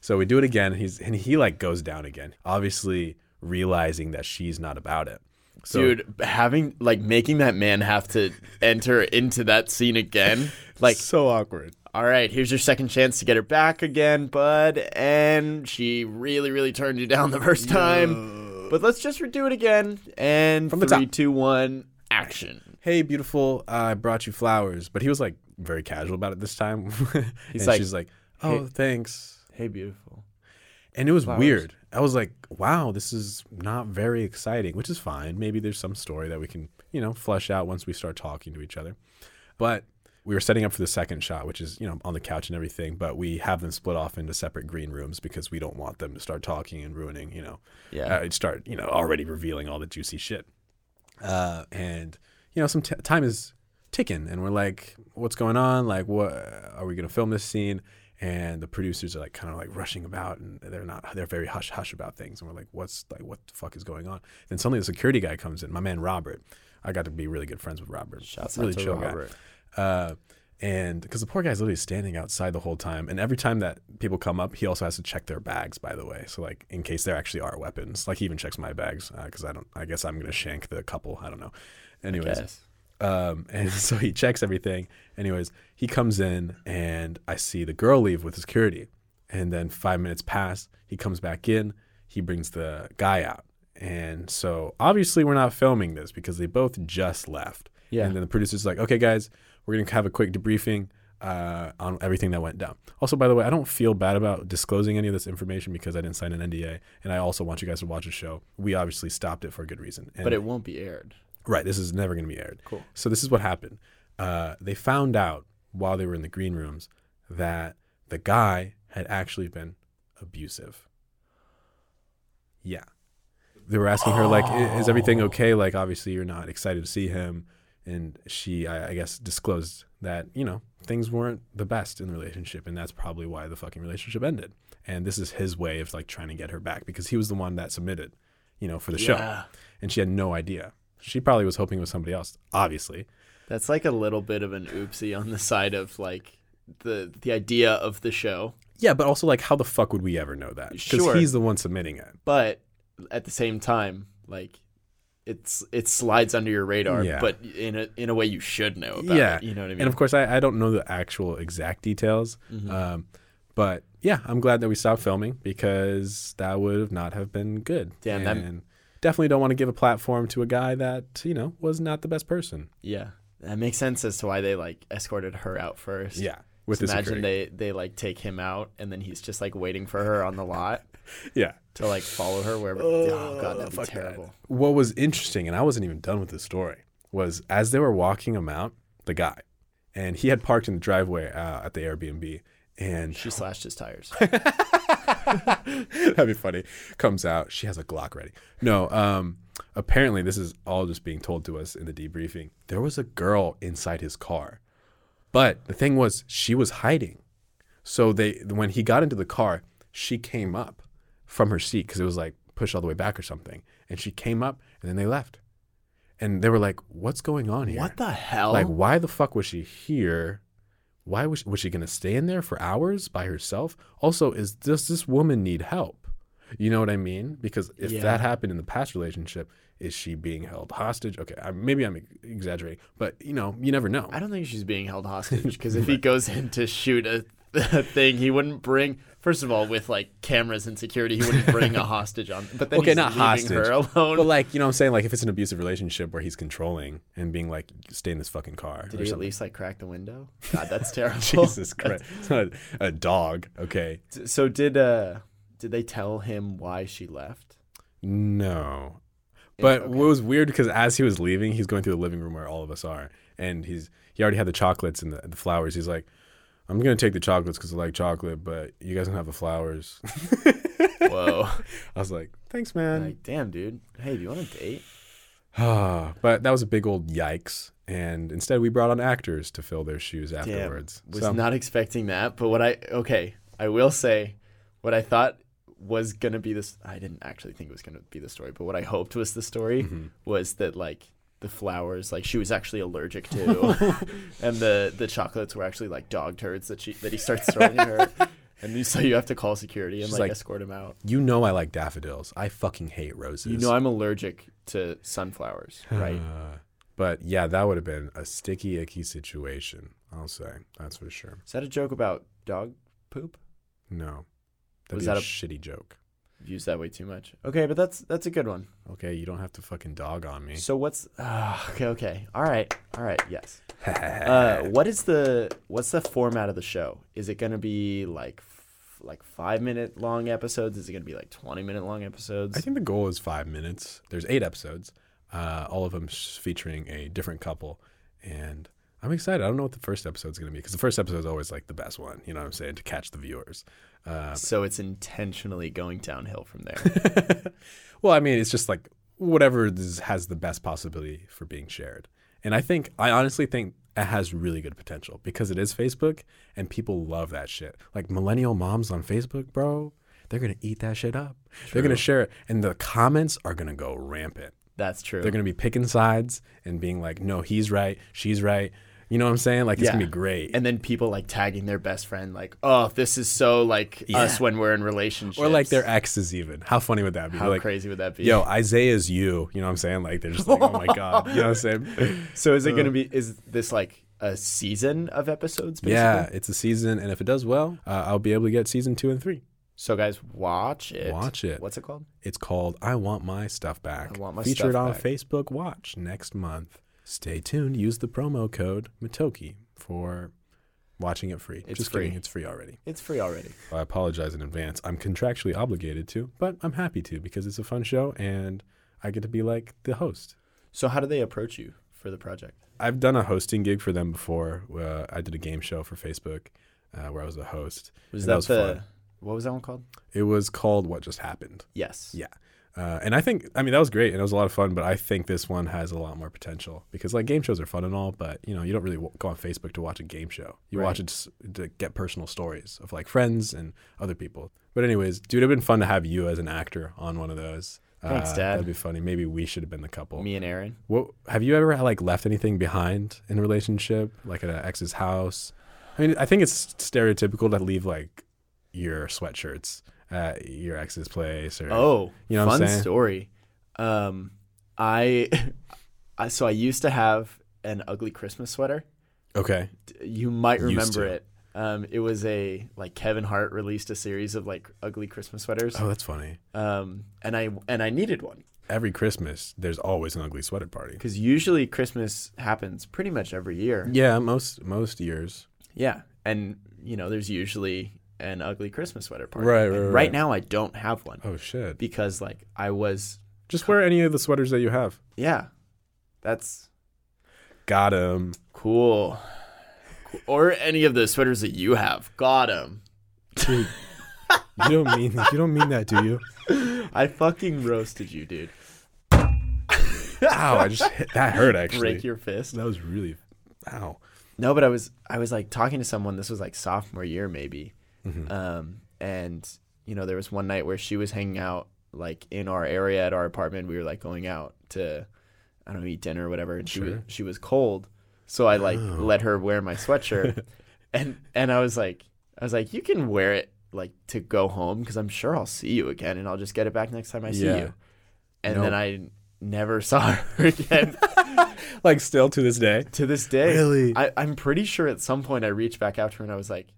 So we do it again, and he's and he like goes down again, obviously realizing that she's not about it. So, Dude, having like making that man have to enter into that *laughs* scene again. Like, so awkward. all right, here's your second chance to get her back again, bud. And she really, really turned you down the first time. But let's just redo it again. And the three, top. two, one, action. hey beautiful uh, i brought you flowers but he was like very casual about it this time *laughs* he's and like, she's like oh thanks Hey, beautiful. and it was weird i was like wow this is not very exciting which is fine maybe there's some story that we can you know flush out once we start talking to each other but we were setting up for the second shot, which is you know on the couch and everything, but we have them split off into separate green rooms because we don't want them to start talking and ruining, you know, Yeah. uh, start you know already revealing all the juicy shit. Uh, and you know, some t- time is ticking, and we're like, "What's going on? Like, what are we gonna film this scene?" And the producers are like, kind of like rushing about, and they're not, they're very hush hush about things. And we're like, "What's like, what the fuck is going on?" Then suddenly the security guy comes in, my man Robert. I got to be really good friends with Robert. Shouts out really to chill Robert. guy. Uh, and because the poor guy's literally standing outside the whole time, and every time that people come up, he also has to check their bags. By the way, so like in case there actually are weapons, like he even checks my bags because I don't. I guess I'm gonna shank the couple. I don't know. Anyways, Yes. um, *laughs* and so he checks everything. Anyways, he comes in and I see the girl leave with security. And then five minutes pass. He comes back in. He brings the guy out. And so obviously we're not filming this because they both just left. Yeah. And then the producer's like, okay, guys, we're going to have a quick debriefing uh, on everything that went down. Also, by the way, I don't feel bad about disclosing any of this information because I didn't sign an NDA. And I also want you guys to watch the show. We obviously stopped it for a good reason. And But it won't be aired. Right. This is never going to be aired. Cool. So this is what happened. Uh, they found out while they were in the green rooms that the guy had actually been abusive. Yeah. They were asking her like, "I- "Is everything okay?" Like, obviously, you're not excited to see him, and she, I, I guess, disclosed that you know things weren't the best in the relationship, and that's probably why the fucking relationship ended. And this is his way of like trying to get her back because he was the one that submitted, you know, for the show, and she had no idea. She probably was hoping it was somebody else, obviously. That's like a little bit of an oopsie on the side of like the the idea of the show. Yeah, but also like, how the fuck would we ever know that? Because Sure. he's the one submitting it. But at the same time, like it's it slides under your radar, Yeah. but in a in a way you should know about it. You know what I mean? And of course, I, I don't know the actual exact details. Mm-hmm. Um, but yeah, I'm glad that we stopped filming because that would not have been good. Damn, that- and definitely don't want to give a platform to a guy that you know was not the best person. yeah. That makes sense as to why they like escorted her out first. Yeah, with Just the imagine security. they they like take him out and then he's just like waiting for her on the lot Yeah. to like follow her wherever. Oh, god, that'd be terrible. What was interesting, and I wasn't even done with the story, was as they were walking him out, the guy, and he had parked in the driveway uh, at the Airbnb, and She slashed his tires. *laughs* That'd be funny. Comes out, she has a Glock ready. No, um, apparently this is all just being told to us in the debriefing. There was a girl inside his car, but the thing was she was hiding. So they, when he got into the car, she came up from her seat because it was like pushed all the way back or something, and she came up and then they left, and they were like, "What's going on here? What the hell? Like, why the fuck was she here? Why was was she gonna stay in there for hours by herself? Also, is does this woman need help? You know what I mean? Because if Yeah. that happened in the past relationship, is she being held hostage? Okay, I, maybe I'm exaggerating, but you know, you never know. I don't think she's being held *laughs* hostage because if he goes in to shoot a, a thing, he wouldn't bring. First of all, with like cameras and security, he wouldn't bring *laughs* a hostage on. But then okay, he's not leaving hostage, her *laughs* alone. but like you know, what I'm saying like if it's an abusive relationship where he's controlling and being like, stay in this fucking car. Did or he at something. *laughs* least like crack the window? God, that's terrible. Jesus *laughs* Christ, *laughs* it's not a, a dog. Okay, So did uh did they tell him why she left? *laughs* No. But what was weird because as he was leaving, he's going through the living room where all of us are, and he's he already had the chocolates and the, the flowers. He's like, "I'm gonna take the chocolates because I like chocolate, but you guys don't have the flowers." *laughs* Whoa! I was like, "Thanks, man." like, damn, dude. Hey, do you want a date? Ah, *sighs* but that was a big old yikes. And instead, we brought on actors to fill their shoes afterwards. was So- not expecting that. But what I okay, I will say, what I thought was gonna be this. I didn't actually think it was gonna be the story, but what I hoped was the story Mm-hmm. was that like the flowers, like she was actually allergic to, *laughs* and the the chocolates were actually like dog turds that she that he starts throwing at her, *laughs* and you, so you have to call security and like, like, escort him out. you know, I like daffodils. I fucking hate roses. You know, I'm allergic to *sighs* sunflowers, right? but yeah, that would have been a sticky, icky situation. I'll say that's for sure. Is that a joke about dog poop? No, that'd Was be that a a- shitty joke. Use that way too much. Okay, but that's that's a good one. Okay, you don't have to fucking dog on *laughs* me. So what's ah, okay? Okay, all right, all right. Yes. uh, what is the what's the format of the show? Is it gonna be like f- like five minute long episodes? Is it gonna be like twenty minute long episodes? I think the goal is five minutes. There's eight episodes, uh, all of them s- featuring a different couple, and I'm excited. I don't know what the first episode's going to be because the first episode is always like the best one. You know what I'm saying? To catch the viewers. So it's intentionally going downhill *laughs* from there. Well, I mean, it's just like whatever is, has the best possibility for being shared. And I think, I honestly think it has really good potential because it is Facebook and people love that shit. Like millennial moms on Facebook, bro, they're going to eat that shit up. They're going to share it. And the comments are going to go rampant. That's true. They're going to be picking sides and being like, no, he's right. She's right. You know what I'm saying? Like, it's going to be great. And then people like tagging their best friend, like, "Oh, this is so like us when we're in relationships," or like their exes, even. How funny would that be? How like, crazy would that be? Yo, Isaiah's you. You know what I'm saying? Like they're just like, oh my god. You know what I'm *laughs* saying? So is it uh, going to be? Is this like a season of episodes? Basically? yeah, it's a season, and if it does well, uh, I'll be able to get season two and three. So guys, watch it. Watch it. What's it called? It's called "I Want My Stuff Back." I Want My Featured Stuff on Back. Facebook Watch next month. Stay tuned. Use the promo code Matoki for watching it free. It's just kidding, free. It's free already. It's free already. I apologize in advance. I'm contractually obligated to, but I'm happy to because it's a fun show and I get to be like the host. So how do they approach you for the project? I've done a hosting gig for them before. Uh, I did a game show for Facebook uh, where I was a host. Was and that, was the fun. what was that one called? It was called What Just Happened. Yes. Yeah. Uh, and I think, I mean, that was great and it was a lot of fun, but I think this one has a lot more potential because, like, game shows are fun and all, but, you know, you don't really w- go on Facebook to watch a game show. You watch it s- to get personal stories of, like, friends and other people. But, anyways, dude, it'd been fun to have you as an actor on one of those. Uh, Thanks, Dad. That'd be funny. Maybe we should have been the couple. Me and Aaron. What have you ever like left anything behind in a relationship, like at an ex's house? I mean, I think it's stereotypical to leave like your sweatshirts at your ex's place or Oh, You know what I'm fun saying? story. Um, I, *laughs* I so I used to have an ugly Christmas sweater. okay, you might Used remember to. it. Um, it was a like Kevin Hart released a series of like ugly Christmas sweaters, oh that's funny. um, and I and I needed one Every Christmas, there's always an ugly sweater party. because usually Christmas happens pretty much every year. Yeah, most most years. Yeah, and you know there's usually an ugly Christmas sweater party. Right, And right, right. now I don't have one Oh shit! because like I was Just wear any of the sweaters that you have. yeah, that's Got him. cool, or any of the sweaters that you have. Got 'em. Dude, you don't mean you don't mean that, do you? I fucking roasted you, dude. Ow! I just hit, that hurt actually. *laughs* Break your fist. That was really ow. No, but I was I was like talking to someone. This was like sophomore year maybe, Mm-hmm. um, and you know there was one night where she was hanging out like in our area at our apartment. We were like going out to I don't know eat dinner or whatever, and she was she was cold, so I like Oh. let her wear *laughs* my sweatshirt, and and I was like I was like you can wear it like to go home because I'm sure I'll see you again and I'll just get it back next time I see Yeah. you, and Nope. then I never *laughs* saw her again Like still to this day. to this day. Really? I, I'm pretty sure at some point I reached back after her and I was like,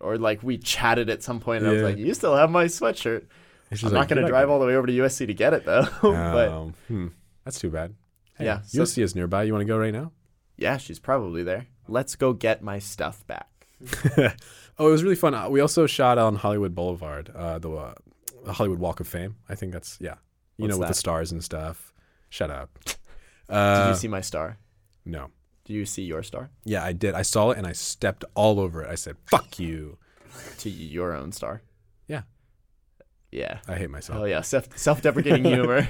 or like we chatted at some point and I was Yeah. like, you still have my sweatshirt. And she's I'm like, not going "You're to drive all the way over to USC to get it though. *laughs* but Um, hmm. that's too bad. Yeah, so- you'll see us nearby. You want to go right now? yeah, she's probably there. Let's go get my stuff back. *laughs* Oh, it was really fun. Uh, We also shot on Hollywood Boulevard, uh, the, uh, the Hollywood Walk of Fame. I think that's yeah. You What's know, with the that? stars and stuff. Shut up. *laughs* Did Uh, you see my star? no. Do you see your star? Yeah, I did. I saw it and I stepped all over it. I said, "Fuck you." To y- your own star? Yeah. Yeah. I hate myself. Oh yeah, self *laughs* self deprecating humor.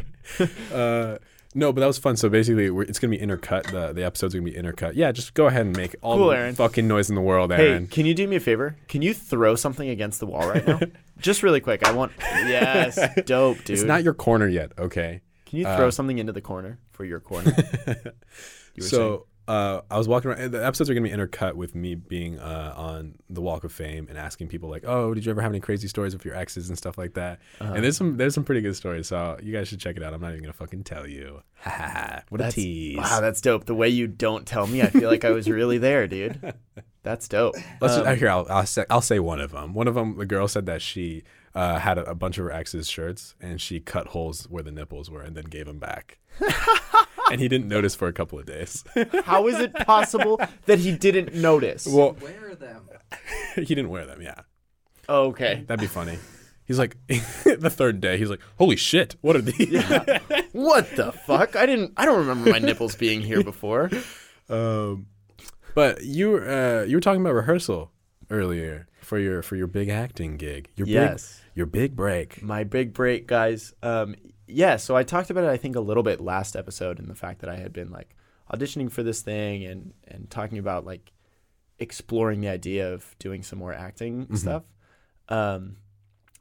Uh, no, but that was fun. So basically, we're, it's gonna be intercut. The the episode's gonna be intercut. Yeah, just go ahead and make all Cool, the Aaron. fucking noise in the world, Aaron. Hey, can you do me a favor? Can you throw something against the *laughs* wall right now? Just really quick. I want Yes, dope, dude. it's not your corner yet, okay? Can you throw something into the corner for your *laughs* corner? You were saying- So uh, I was walking around. and The episodes are going to be intercut with me being uh, on the Walk of Fame and asking people like, "Oh, did you ever have any crazy stories with your exes and stuff like that?" And there's Uh-huh. some there's some pretty good stories. So you guys should check it out. I'm not even going to fucking tell you. Ha ha ha! What That's- a tease. Wow, that's dope. The way you don't tell me, I feel like I was really there, *laughs* dude. That's dope. Let's just, here, I'll, I'll, say, I'll say one of them. One of them, the girl said that she uh, had a, a bunch of her ex's shirts and she cut holes where the nipples were and then gave them *laughs* back. and he didn't notice for a couple of days. How is it possible that he didn't notice? well, Wear them. he didn't wear them, yeah. okay. That'd be funny. He's like, *laughs* the third day, he's like, holy shit, what are these? What the fuck? I didn't. I don't remember my nipples being here before. Um, *laughs* But you were, uh, you were talking about rehearsal earlier for your for your big acting gig. Your Yes. big your big break. my big break, guys. Um, yeah, so I talked about it, I think, a little bit last episode, and the fact that I had been like auditioning for this thing and and talking about like exploring the idea of doing some more acting stuff. Um,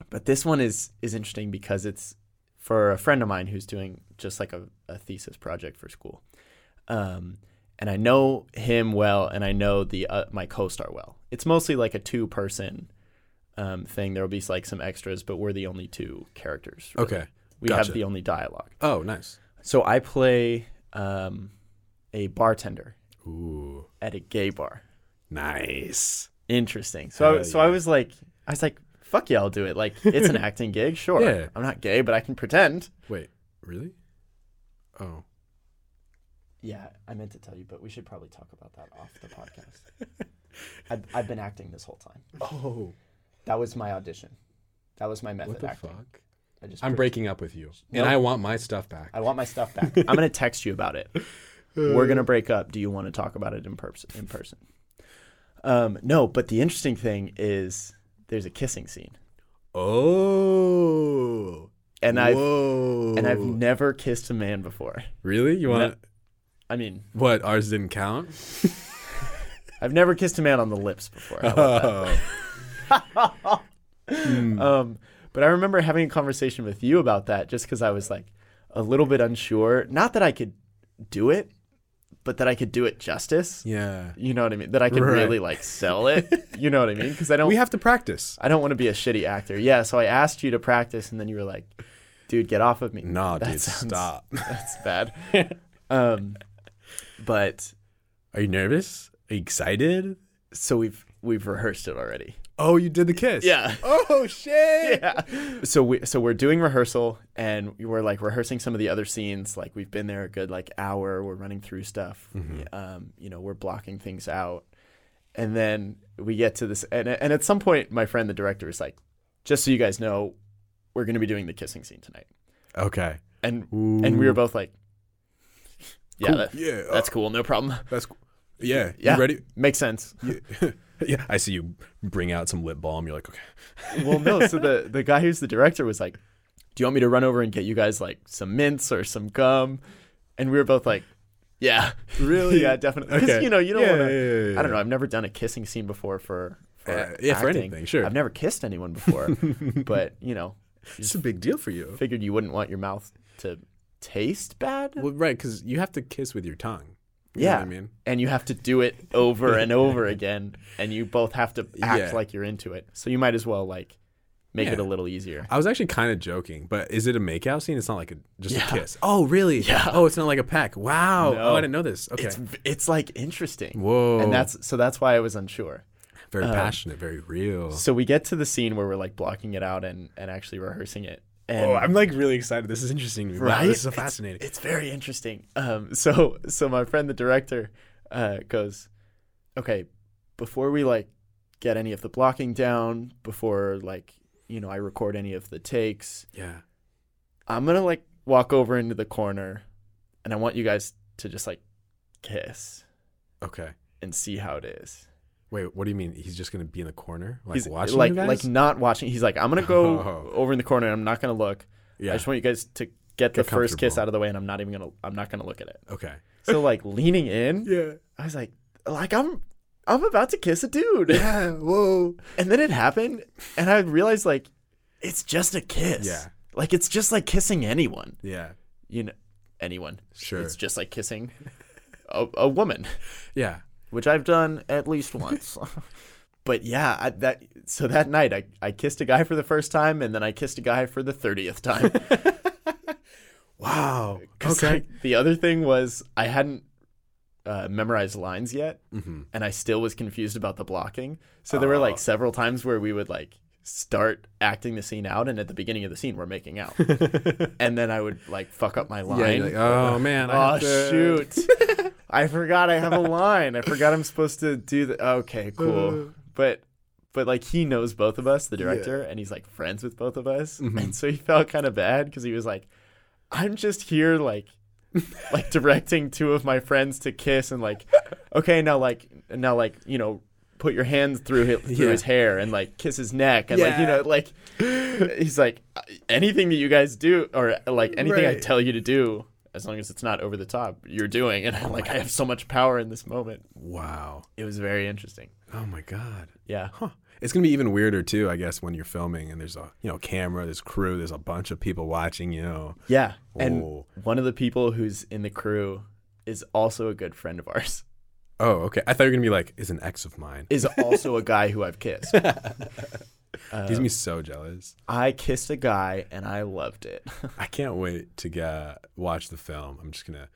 but this one is is interesting because it's for a friend of mine who's doing just like a, a thesis project for school. Um, and I know him well, and I know the uh, my co-star well. It's mostly like a two-person um, thing. There will be like some extras, but we're the only two characters. really. Okay. we Oh, Gotcha. have the only dialogue. Oh, nice. So I play um, a bartender Ooh, at a gay bar. nice. Interesting. So I, Hell so yeah. I was like, I was like, fuck yeah, I'll do it. Like it's *laughs* an acting gig, sure. Yeah. I'm not gay, but I can pretend. Wait, really? Oh, Yeah, I meant to tell you, but we should probably talk about that off the podcast. *laughs* I've, I've been acting this whole time. oh, That was my audition. That was my method what the acting. fuck? I just I'm breaking up with you, Nope. and I want my stuff back. I want my *laughs* stuff back. I'm gonna text you about it. We're gonna break up. Do you want to talk about it in person? In person? Um, no, but the interesting thing is there's a kissing scene, Oh, and I've whoa, and I've never kissed a man before. really you want I mean, what? Ours didn't count. *laughs* I've never kissed a man on the lips *laughs* before. How about that? Oh, Mm. Um, but I remember having a conversation with you about that just because I was like a little bit unsure. Not that I could do it, but that I could do it justice. yeah. You know what I mean? That I could Right. really like sell *laughs* it. you know what I mean? Because I don't. We have to practice. I don't want to be a shitty actor. Yeah, so I asked you to practice, and then you were like, "Dude, get off of me." Nah, That dude, sounds- stop. *laughs* That's bad. *laughs* um, but Are you nervous? Are you excited? so we've we've rehearsed it already. Oh, you did the kiss. Yeah. Oh shit. Yeah. *laughs* So we so we're doing rehearsal, and we we're like rehearsing some of the other scenes. Like we've been there a good like hour. We're running through stuff. Um, you know, we're blocking things out, and then we get to this, and and at some point, my friend the director is like, "Just so you guys know, we're going to be doing the kissing scene tonight." Okay. and and we were both like, *laughs* yeah, that- Yeah, uh, that's cool, no problem. That's cool. Yeah. Yeah, You ready? Makes sense. yeah. *laughs* I see you bring out some lip balm. You're like, *laughs* okay. well, no. So the the guy who's the director was like, "Do you want me to run over and get you guys like some mints or some gum?" And we were both like, "Yeah, Really? *laughs* yeah, definitely." Because Okay. you know you don't Yeah, want to. yeah, yeah, yeah. I don't know. I've never done a kissing scene before for. For Uh, yeah, for acting. anything, sure. I've never kissed *laughs* anyone before, but you know, It's a big deal for you. figured you wouldn't want your mouth to taste bad. Well, right, because you have to kiss with your tongue. You yeah. Know what I mean, And you have to do it *laughs* over and over again, and you both have to act Yeah. like you're into it. So you might as well like make it Yeah. a little easier. I was actually kind of joking, but is it a makeout scene? It's not like a just Yeah. a kiss. Oh, really? Yeah. Oh, it's not like a peck. Wow. No. Oh, I didn't know this. Okay. It's v- it's like interesting. Whoa. And that's so that's why I was unsure. uh, very passionate, very real. So we get to the scene where we're like blocking it out and and actually rehearsing it. And Oh, I'm like really excited. This is interesting to me. Wow, *laughs* Right? this is so fascinating. It's very interesting. Um, *laughs* so so my friend the director uh, goes, okay, before we like get any of the blocking down, before like you know I record any of the takes, yeah. I'm gonna like walk over into the corner, and I want you guys to just like kiss Okay. and see how it is. Wait, what do you mean? He's just gonna be in the corner, like He's watching like you guys? like not watching. He's like, I'm gonna go *laughs* Oh. over in the corner. and I'm not gonna look. yeah. I just want you guys to get the Get first kiss comfortable. out of the way, and I'm not even gonna. I'm not gonna look at it. okay. So like *laughs* leaning in, Yeah. I was like, like I'm I'm about to kiss a *laughs* dude. Yeah. Whoa. And then it happened and I realized like it's just a kiss. Yeah. Like it's just like kissing anyone. Yeah. You know anyone. Sure. It's just like kissing a, a woman, Yeah. which I've done at least *laughs* once. but yeah, I, that so that night I, I kissed a guy for the first time and then I kissed a guy for the 30th *laughs* time. Wow. 'Cause, like, the other thing was I hadn't uh, memorized lines yet, Mm-hmm. and I still was confused about the blocking. So there were Oh. like several times where we would like start acting the scene out, and at the beginning of the scene we're making *laughs* out, and then I would like fuck up my yeah. line. you're like, oh man. I oh have to- *laughs* shoot! I forgot I have a line. I forgot I'm supposed to do the. Okay, cool. But but like he knows both of us, the director, and he's like friends Mm-hmm. *laughs* with both of us, and so he felt kind of bad because he was like, I'm just here like like directing two of my friends to kiss and like, okay, now like now like you know, put your hands through his, through Yeah. his hair and like kiss his neck and like you know like he's like anything that you guys do or like anything I Right. tell you to do. As long as it's not over the top, you're doing, and I'm like, I have so much power in this moment. Wow. It was very interesting. Oh my God. Yeah. Huh. It's gonna be even weirder too, I guess, when you're filming and there's a you know camera, there's crew, there's a bunch of people watching. You know, Yeah. And Ooh. one of the people who's in the crew is also a good friend of ours. oh okay. I thought you were gonna be like, is an ex of mine. Is also a guy who *laughs* I've kissed. He's gonna be so jealous. I kissed a guy and I loved it. *laughs* *laughs* I can't wait to get, watch the film. I'm just gonna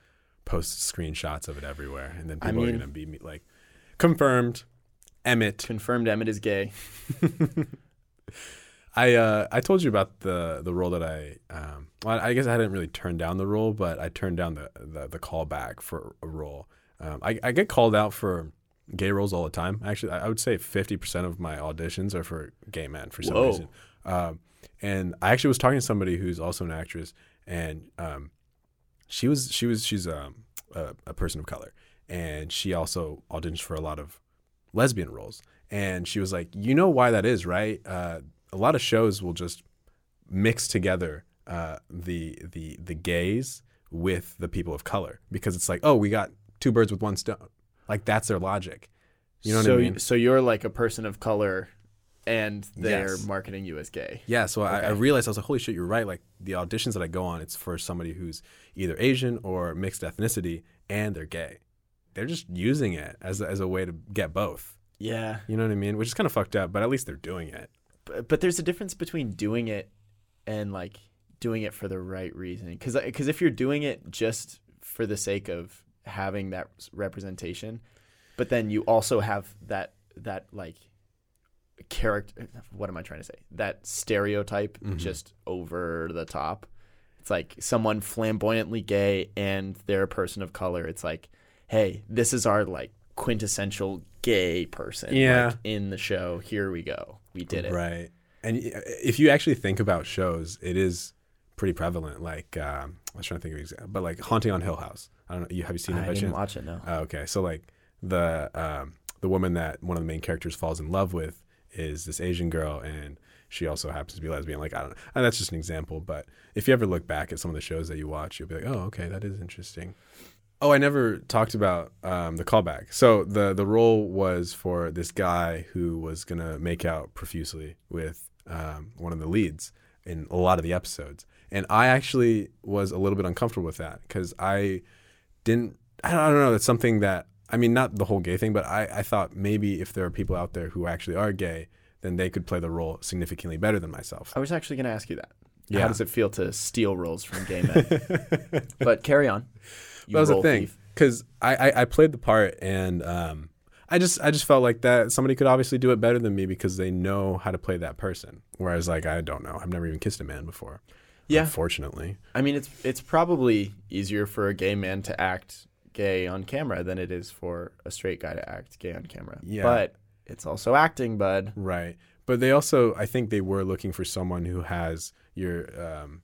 post screenshots of it everywhere, and then people are mean- gonna be me- like, confirmed, Emmett. Confirmed Emmett is gay. *laughs* I uh, I told you about the the role that I um, well, I guess I hadn't really turned down the role, but I turned down the the, the callback for a role. Um, I, I get called out for gay roles all the time. Actually, I I would say fifty percent of my auditions are for gay men for some Whoa. reason. Um, and I actually was talking to somebody who's also an actress, and um, she was she was she's um, a, a person of color, and she also auditions for a lot of lesbian roles. And she was like, you know why that is, right? Uh, a lot of shows will just mix together uh, the the the gays with the people of color because it's like, oh, we got two birds with one stone. Like that's their logic. You know so, what I mean? So you're like a person of color and they're Yes. marketing you as gay. Yeah, so I, I realized I was like, holy shit, you're right. Like the auditions that I go on, it's for somebody who's either Asian or mixed ethnicity, and they're gay. They're just using it as a, as a way to get both. Yeah. You know what I mean? Which is kind of fucked up, but at least they're doing it. But, but there's a difference between doing it and like doing it for the right reason. Because if you're doing it just for the sake of having that representation, but then you also have that that like character what am i trying to say that stereotype just over the top it's like someone flamboyantly gay and they're a person of color it's like hey this is our like quintessential gay person Yeah. like, in the show here we go we did it Right. And y- uh, if you actually think about shows, it is pretty prevalent. Like um, I was trying to think of an example, but like Haunting on Hill House. I don't know. You have you seen that? I by didn't chance? watch it. No. Oh, okay, so like the um, the woman that one of the main characters falls in love with is this Asian girl, and she also happens to be lesbian. Like I don't know, and that's just an example. But if you ever look back at some of the shows that you watch, you'll be like, oh, okay, that is interesting. Oh, I never talked about um, the callback. So the the role was for this guy who was gonna make out profusely with um, one of the leads in a lot of the episodes, and I actually was a little bit uncomfortable with that because I didn't I don't, I don't know that's something that i mean not the whole gay thing but I, I thought maybe if there are people out there who actually are gay then they could play the role significantly better than myself I was actually going to ask you that. How Yeah. does it feel to steal roles from gay men? *laughs* but carry on. You that was the role thing thief. because I, I, I played the part and um, I just I just felt like that somebody could obviously do it better than me because they know how to play that person whereas like I don't know I've never even kissed a man before Yeah. unfortunately I mean, it's it's probably easier for a gay man to act gay on camera than it is for a straight guy to act gay on camera. Yeah. But it's also acting, bud. Right. But they also, I think they were looking for someone who has your, um,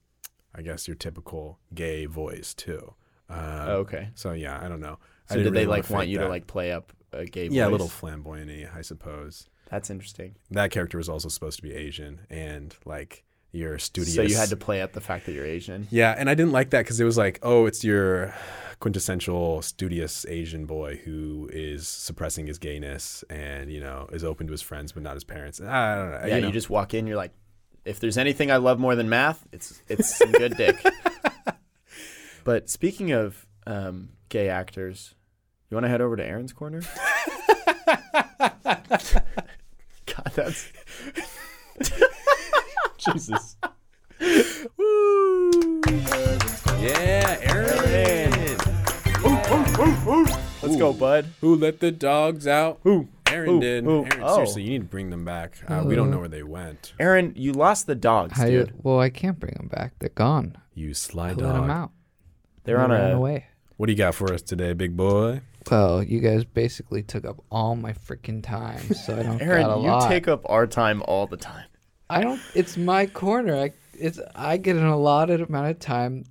I guess, your typical gay voice too. Uh, Okay. So yeah, I don't know. I Oh. So didn't did they really wanna like want fake you to that. like play up a gay yeah, a voice? little flamboyant I suppose. That's interesting. That character was also supposed to be Asian and like your studious. So you had to play up the fact that you're Asian. Yeah, and I didn't like that because it was like, oh, it's your quintessential studious Asian boy who is suppressing his gayness and you know is open to his friends but not his parents. I don't know. Yeah, Uh, you you, know. just walk in, you're like, if there's anything I love more than math, it's it's some good dick. But speaking of um, gay actors, you want to head over to Aaron's corner? God, that's Jesus. Woo! Yeah, Aaron. let's go, bud. Who let the dogs out? Who? Aaron Who? did. Who? Aaron, Oh. Mm-hmm. seriously, you need to bring them back. Uh, we don't know where they went. Aaron, you lost the dogs, How you, dude. well, I can't bring them back. They're gone. You sly I dog. let them out. They're on They ran a away. What do you got for us today, big boy? Well, you guys basically took up all my freaking time, so *laughs* I don't got a Aaron. You lot. take up our time all the time. I don't. It's my corner. I it's I get an allotted amount of time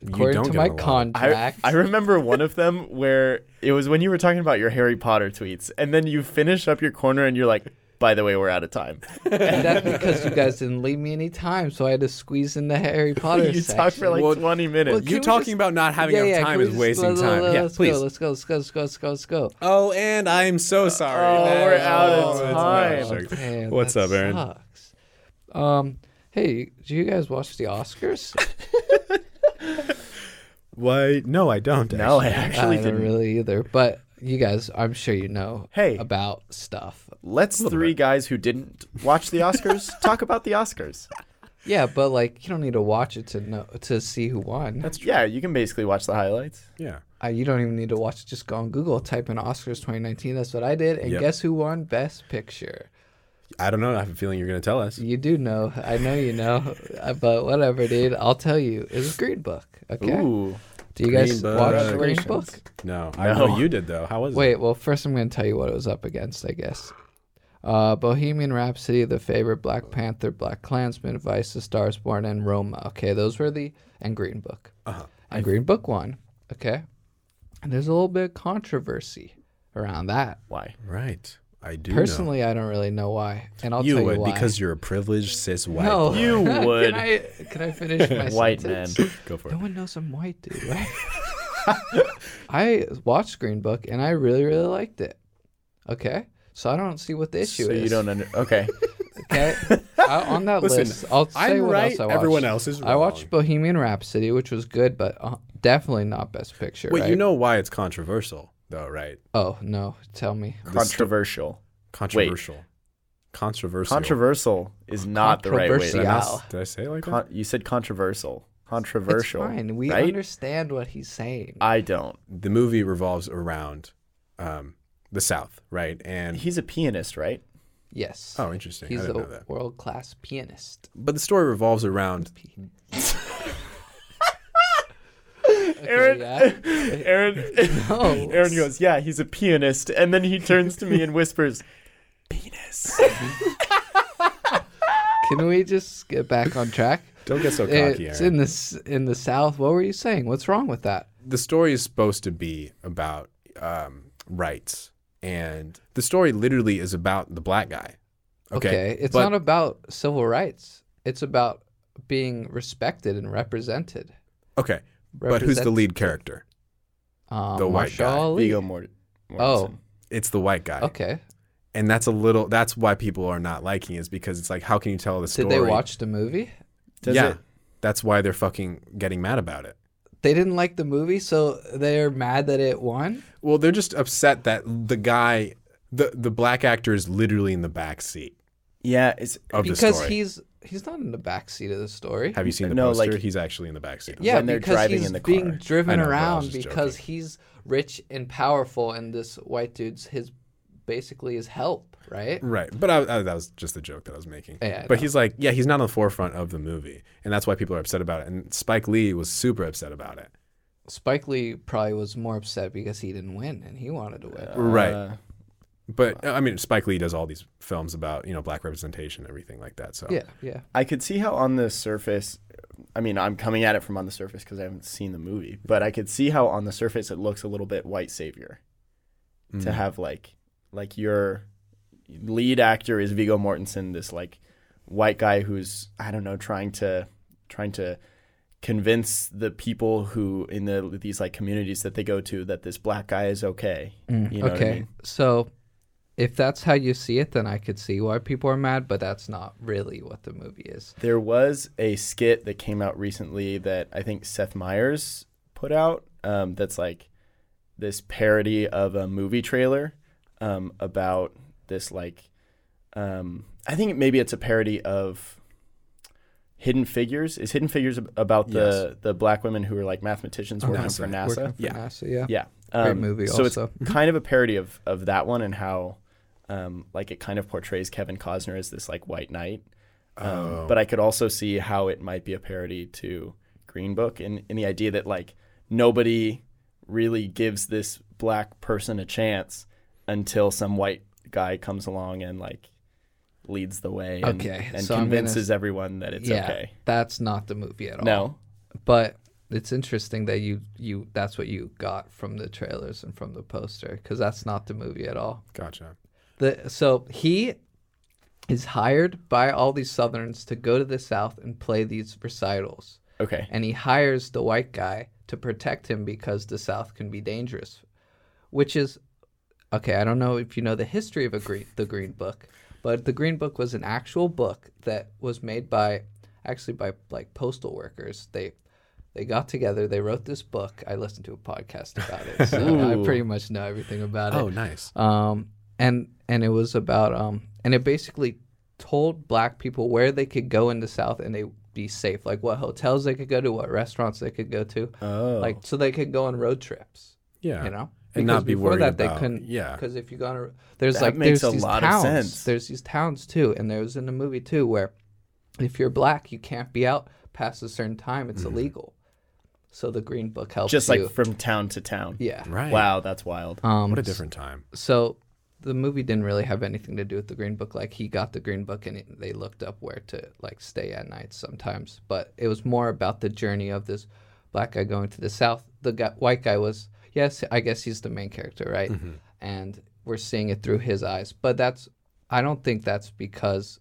you According don't to get my an allowance. contract, I remember one of them where it was when you were talking about your Harry Potter tweets, and then you finish up your corner and you're like, by the way, we're out of *laughs* time. and *laughs* that's because you guys didn't leave me any time, so I had to squeeze in the Harry Potter *laughs* you section. talked for like Well, 20 minutes. Well, You Can we talking just- about not having yeah, enough yeah, can time we is just- wasting let- let- time. let- Yeah, let's please. Go, let's go. Let's go. Let's go. Let's go. Let's go. Oh, and I'm so sorry. Oh, man. we're out of it's- time. no, I'm joking. Man, Oh, What's that up, Aaron? Sucks. Um, hey, do you guys watch the Oscars? Why? No, I don't. no, I actually. actually I don't didn't. really either, but you guys, I'm sure you know. Hey. about stuff. Let's three guys who didn't watch the Oscars *laughs* talk about the Oscars. Yeah, but like you don't need to watch it to know to see who won. Yeah, you can basically watch the highlights. Yeah. uh, you don't even need to watch it. Just go on Google, type in Oscars 2019. That's what I did, and Yep. guess who won Best Picture? I don't know. I have a feeling you're going to tell us. You do know. I know you know, uh, but whatever, dude. I'll tell you. It was Green Book. Okay. Ooh. do you guys Green Book. watch Green Congratulations. Book? No, I No. know you did though. How was it? Wait, well, first I'm going to tell you what it was up against, I guess. Uh, Bohemian Rhapsody, The Favorite, Black Panther, Black Klansman, Vice, The Stars Born, and Roma. Okay, those were the and Green Book. Uh-huh. And Green Book won. Okay, and there's a little bit of controversy around that. Why? Right. I do. know. Personally, I don't really know why, and I'll you tell would you why. because you're a privileged cis white. no, boy. *laughs* You would. can I can I finish my *laughs* White man. sentence? Go for No it. one knows I'm *laughs* white, dude. Right? I watched Green Book and I really, really liked it. Okay, so I don't see what the issue So is. you don't under. *laughs* Okay. *laughs* Okay, I, on that Listen, list, I'll say I'm what right. else I watched. Everyone else is I watched wrong. Bohemian Rhapsody, which was good, but uh, definitely not Best Picture. Wait, right? you know why it's controversial though, right? Oh no, tell me. Controversial. Controversial. Controversial. Controversial is not the right way. Did I, Controversial. To, not- Wow. did I say it like con- you said controversial. It's Controversial. fine. We right? understand what he's saying. I don't. that? The movie revolves around um, the South, right? And He's a pianist, right? yes. oh, interesting. I He's didn't know a that. world class *laughs* pianist. But the story revolves around *laughs* Okay, *laughs* yeah. *laughs* Aaron. *laughs* Oh, Aaron goes, yeah, he's a pianist, and then he turns to me and whispers, "Penis." Can we just get back on track? Don't get so cocky, It's Aaron. in the s- in the South. What were you saying? What's wrong with that? the story is supposed to be about um, rights, and the story literally is about the black guy. Okay, it's but not about civil rights. It's about being respected and represented. okay. But who's the lead character? Um, the white guy? Marshall Ali. Viggo Mort- Oh, Mortensen. It's the white guy, okay. and that's a little. That's why people are not liking it, is because it's like, how can you tell the Did story? they watch the movie? Does yeah, it- that's why they're fucking getting mad about it. They didn't like the movie, so they're mad that it won. Well, they're just upset that the guy, the the black actor, is literally in the back seat yeah, it's of the because story. he's he's not in the backseat of the story. Have you seen the No, like- poster? he's actually in the back seat. Yeah, when they're because driving he's in the being car. driven I know, but I was around just because he's rich and powerful, and this white dude's his basically his help, right? Mm. Right, but I, I, that was just the joke that I was making. Yeah, I but know. he's like, yeah, he's not on the forefront of the movie, and that's why people are upset about it. And Spike Lee was super upset about it. Spike Lee probably was more upset because he didn't win and he wanted to win. right, uh, but I mean, Spike Lee does all these films about you know black representation and everything like that. So yeah, yeah. I could see how on the surface, I mean, I'm coming at it from on the surface because I haven't seen the movie, but I could see how on the surface it looks a little bit white savior to have like like your lead actor is Vigo Mortensen, this like white guy who's I don't know trying to trying to convince the people who in the these like communities that they go to that this black guy is okay. Mm. you know what I Mm, okay, mean? so if that's how you see it, then I could see why people are mad, but that's not really what the movie is. There was a skit that came out recently that I think Seth Meyers put out. Um, that's like this parody of a movie trailer um, about this like um, I think maybe it's a parody of Hidden Figures. Is Hidden Figures ab- about the the black women who are like mathematicians working NASA. for NASA? Oh, Working for Yeah. NASA, yeah. Yeah. Um, Great movie So also. *laughs* it's kind of a parody of, of that one and how um, like it kind of portrays Kevin Costner as this like white knight. Um, Oh, Oh. But I could also see how it might be a parody to Green Book and in the idea that like nobody really gives this black person a chance until some white guy comes along and like leads the way and, Okay, and so I'm gonna- convinces everyone that it's yeah, okay. that's not the movie at all. No. But it's interesting that you you that's what you got from the trailers and from the poster because that's not the movie at all. Gotcha. The so he is hired by all these Southerns to go to the South and play these recitals, Okay. Oh. and he hires the white guy to protect him because the South can be dangerous, which is okay. I don't know if you know the history of a green, the Green Book, but the Green Book was an actual book that was made by actually by like postal workers. They they got together, they wrote this book. I listened to a podcast about it, so I Ooh. pretty much know everything about it Oh, nice. um, and and it was about um, and it basically told black people where they could go in the South and they be safe, like what hotels they could go to, what restaurants they could go to, Oh. like so they could go on road trips, Yeah. you know. And Because not be before worried that about- they couldn't, yeah. Because if you go on, a, there's That like makes there's a these lot of towns, sense. there's these towns too, and there was in the movie too where if you're black, you can't be out past a certain time; it's Mm-hmm. illegal. So the Green Book helps Just you. like from town to town. yeah, Right. Wow, that's wild. um, What a different time. so the movie didn't really have anything to do with the green book like he got the green book and it, they looked up where to like stay at night sometimes but it was more about the journey of this black guy going to the south the guy, white guy was yes i guess he's the main character right and we're seeing it through his eyes but that's i don't think that's because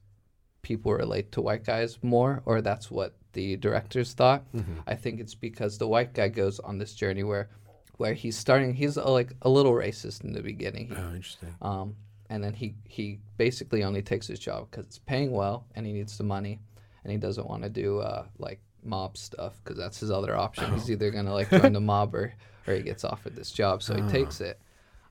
people relate to white guys more, or that's what the directors thought. I think it's because the white guy goes on this journey where, where he's starting. He's a, like a little racist in the beginning, He- Oh, interesting. um, and then he he basically only takes his job because it's paying well and he needs the money, and he doesn't want to do uh, like mob stuff because that's his other option. He's either gonna like join the mob or or he gets offered this job, so he takes it.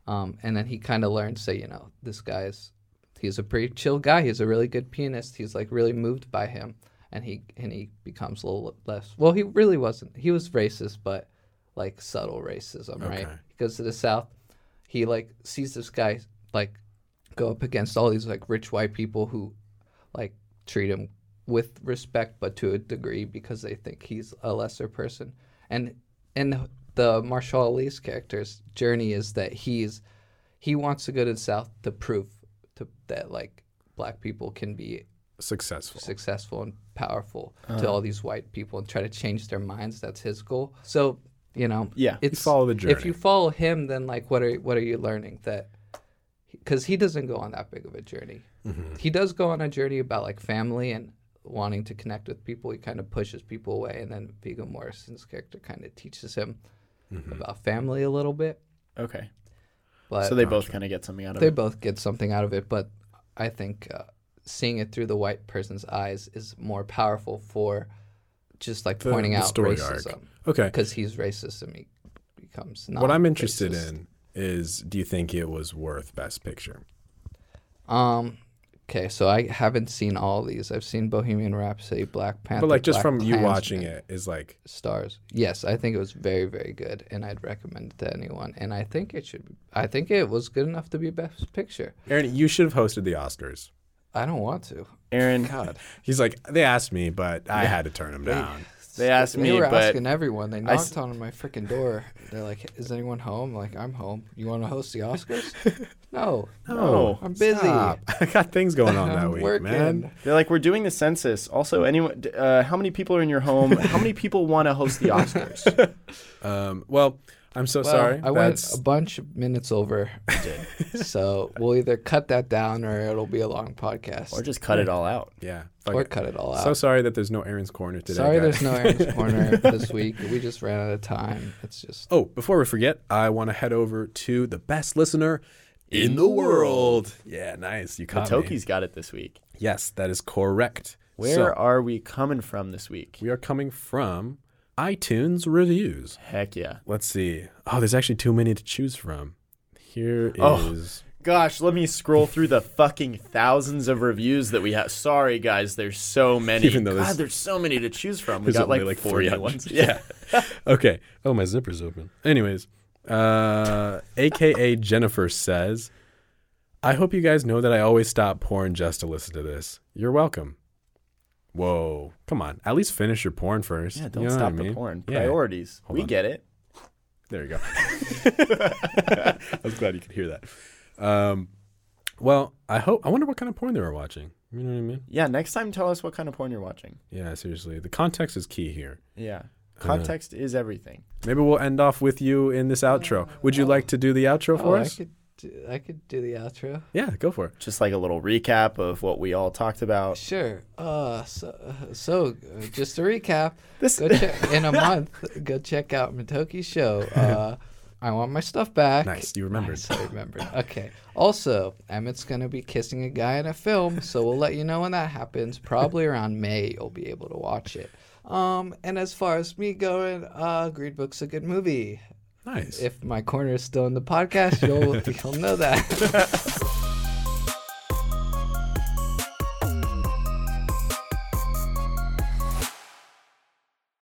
Um, and then he kind of learns that you know this guy's he's a pretty chill guy. He's a really good pianist. He's like really moved by him, and he and he becomes a little less. Well, he really wasn't. He was racist, but like subtle racism, right? He goes to the south. He like sees this guy like go up against all these like rich white people who like treat him with respect, but to a degree because they think he's a lesser person. And and the Marshall Ali's character's journey is that he's he wants to go to the South to prove to, that like black people can be Successful. successful and powerful to all these white people and try to change their minds. That's his goal. So you know, Yeah. it's follow the If journey. you follow him, then like, what are what are you learning that? Because he doesn't go on that big of a journey. He does go on a journey about like family and wanting to connect with people. He kind of pushes people away, and then Viggo Morrison's character kind of teaches him about family a little bit. Okay. But Oh, So they both kind of get something out of they it. both get something out of it, but I think uh, seeing it through the white person's eyes is more powerful for just like pointing the out story arc. racism. Okay. Because he's racist and he becomes not. What I'm interested racist. in is do you think it was worth Best Picture? Um. Okay, so I haven't seen all these. I've seen Bohemian Rhapsody, Black Panther. But like just Black from you Klansman, watching it is like Stars. Yes, I think it was very, very good, and I'd recommend it to anyone. And I think it should. I think it was good enough to be Best Picture. Aaron, you should have hosted the Oscars. I don't want to. Aaron, He's like, they asked me, but I had to turn him down. they asked they me, were but asking everyone. They I s- knocked on my freaking door. They're like, "Is anyone home?" like, "I'm home. You want to host *laughs* the Oscars?" no, no. I'm busy. Stop. *laughs* I got things going on that I'm week, working. man. They're like, we're doing the census. Also, anyone, d- uh, how many people are in your home? how many people want *laughs* to host the Oscars? Um, well, I'm so Well, sorry. I went That's a bunch of minutes over. *laughs* so we'll either cut that down or it'll be a long podcast, or or, just cut it all out. yeah. fuck it. cut it all out. So sorry that there's no Aaron's corner today. Sorry, guys. there's no *laughs* Aaron's corner this week. We just ran out of time. It's just Oh, before we forget, I want to head over to the best listener in the world. Yeah, nice. You caught me. Toki's got it this week. Yes, that is correct. Where So, are we coming from this week? we are coming from iTunes reviews. Heck yeah. Let's see. Oh, there's actually too many to choose from. Here is Oh. Gosh, let me scroll through the fucking thousands of reviews that we have. Sorry, guys, there's so many. Even though God, there's- there's, so many to choose from. We there's got like, only like 40 300. *laughs* ones. Yeah. okay. Oh, my zipper's open. Anyways, uh, AKA Jennifer says, I hope you guys know that I always stop porn just to listen to this. You're welcome. Whoa. Come on. At least finish your porn first. Yeah, don't You know what stop I the mean? porn. Yeah. Priorities. we on. get it. There you go. *laughs* I was glad you could hear that. Um, well, I hope. I wonder what kind of porn they were watching. You know what I mean? Yeah, next time tell us what kind of porn you're watching. Yeah, seriously. The context is key here. Yeah. Context is everything. Maybe we'll end off with you in this outro. Would you like to do the outro Oh, for I us? could, do, I could do the outro. Yeah, go for it. Just like a little recap of what we all talked about. Sure. Uh, so, so uh, just to recap, This- *laughs* go check, in a month, go check out *laughs* Matoki's show. Uh, I want my stuff back. Nice, you remembered. Nice, I remembered. Okay. Also, Emmett's gonna be kissing a guy in a film, so we'll let you know when that happens. Probably around May, you'll be able to watch it. Um, and as far as me going, uh, Green Book's a good movie. Nice. *laughs* If my corner is still in the podcast, you'll you'll know that.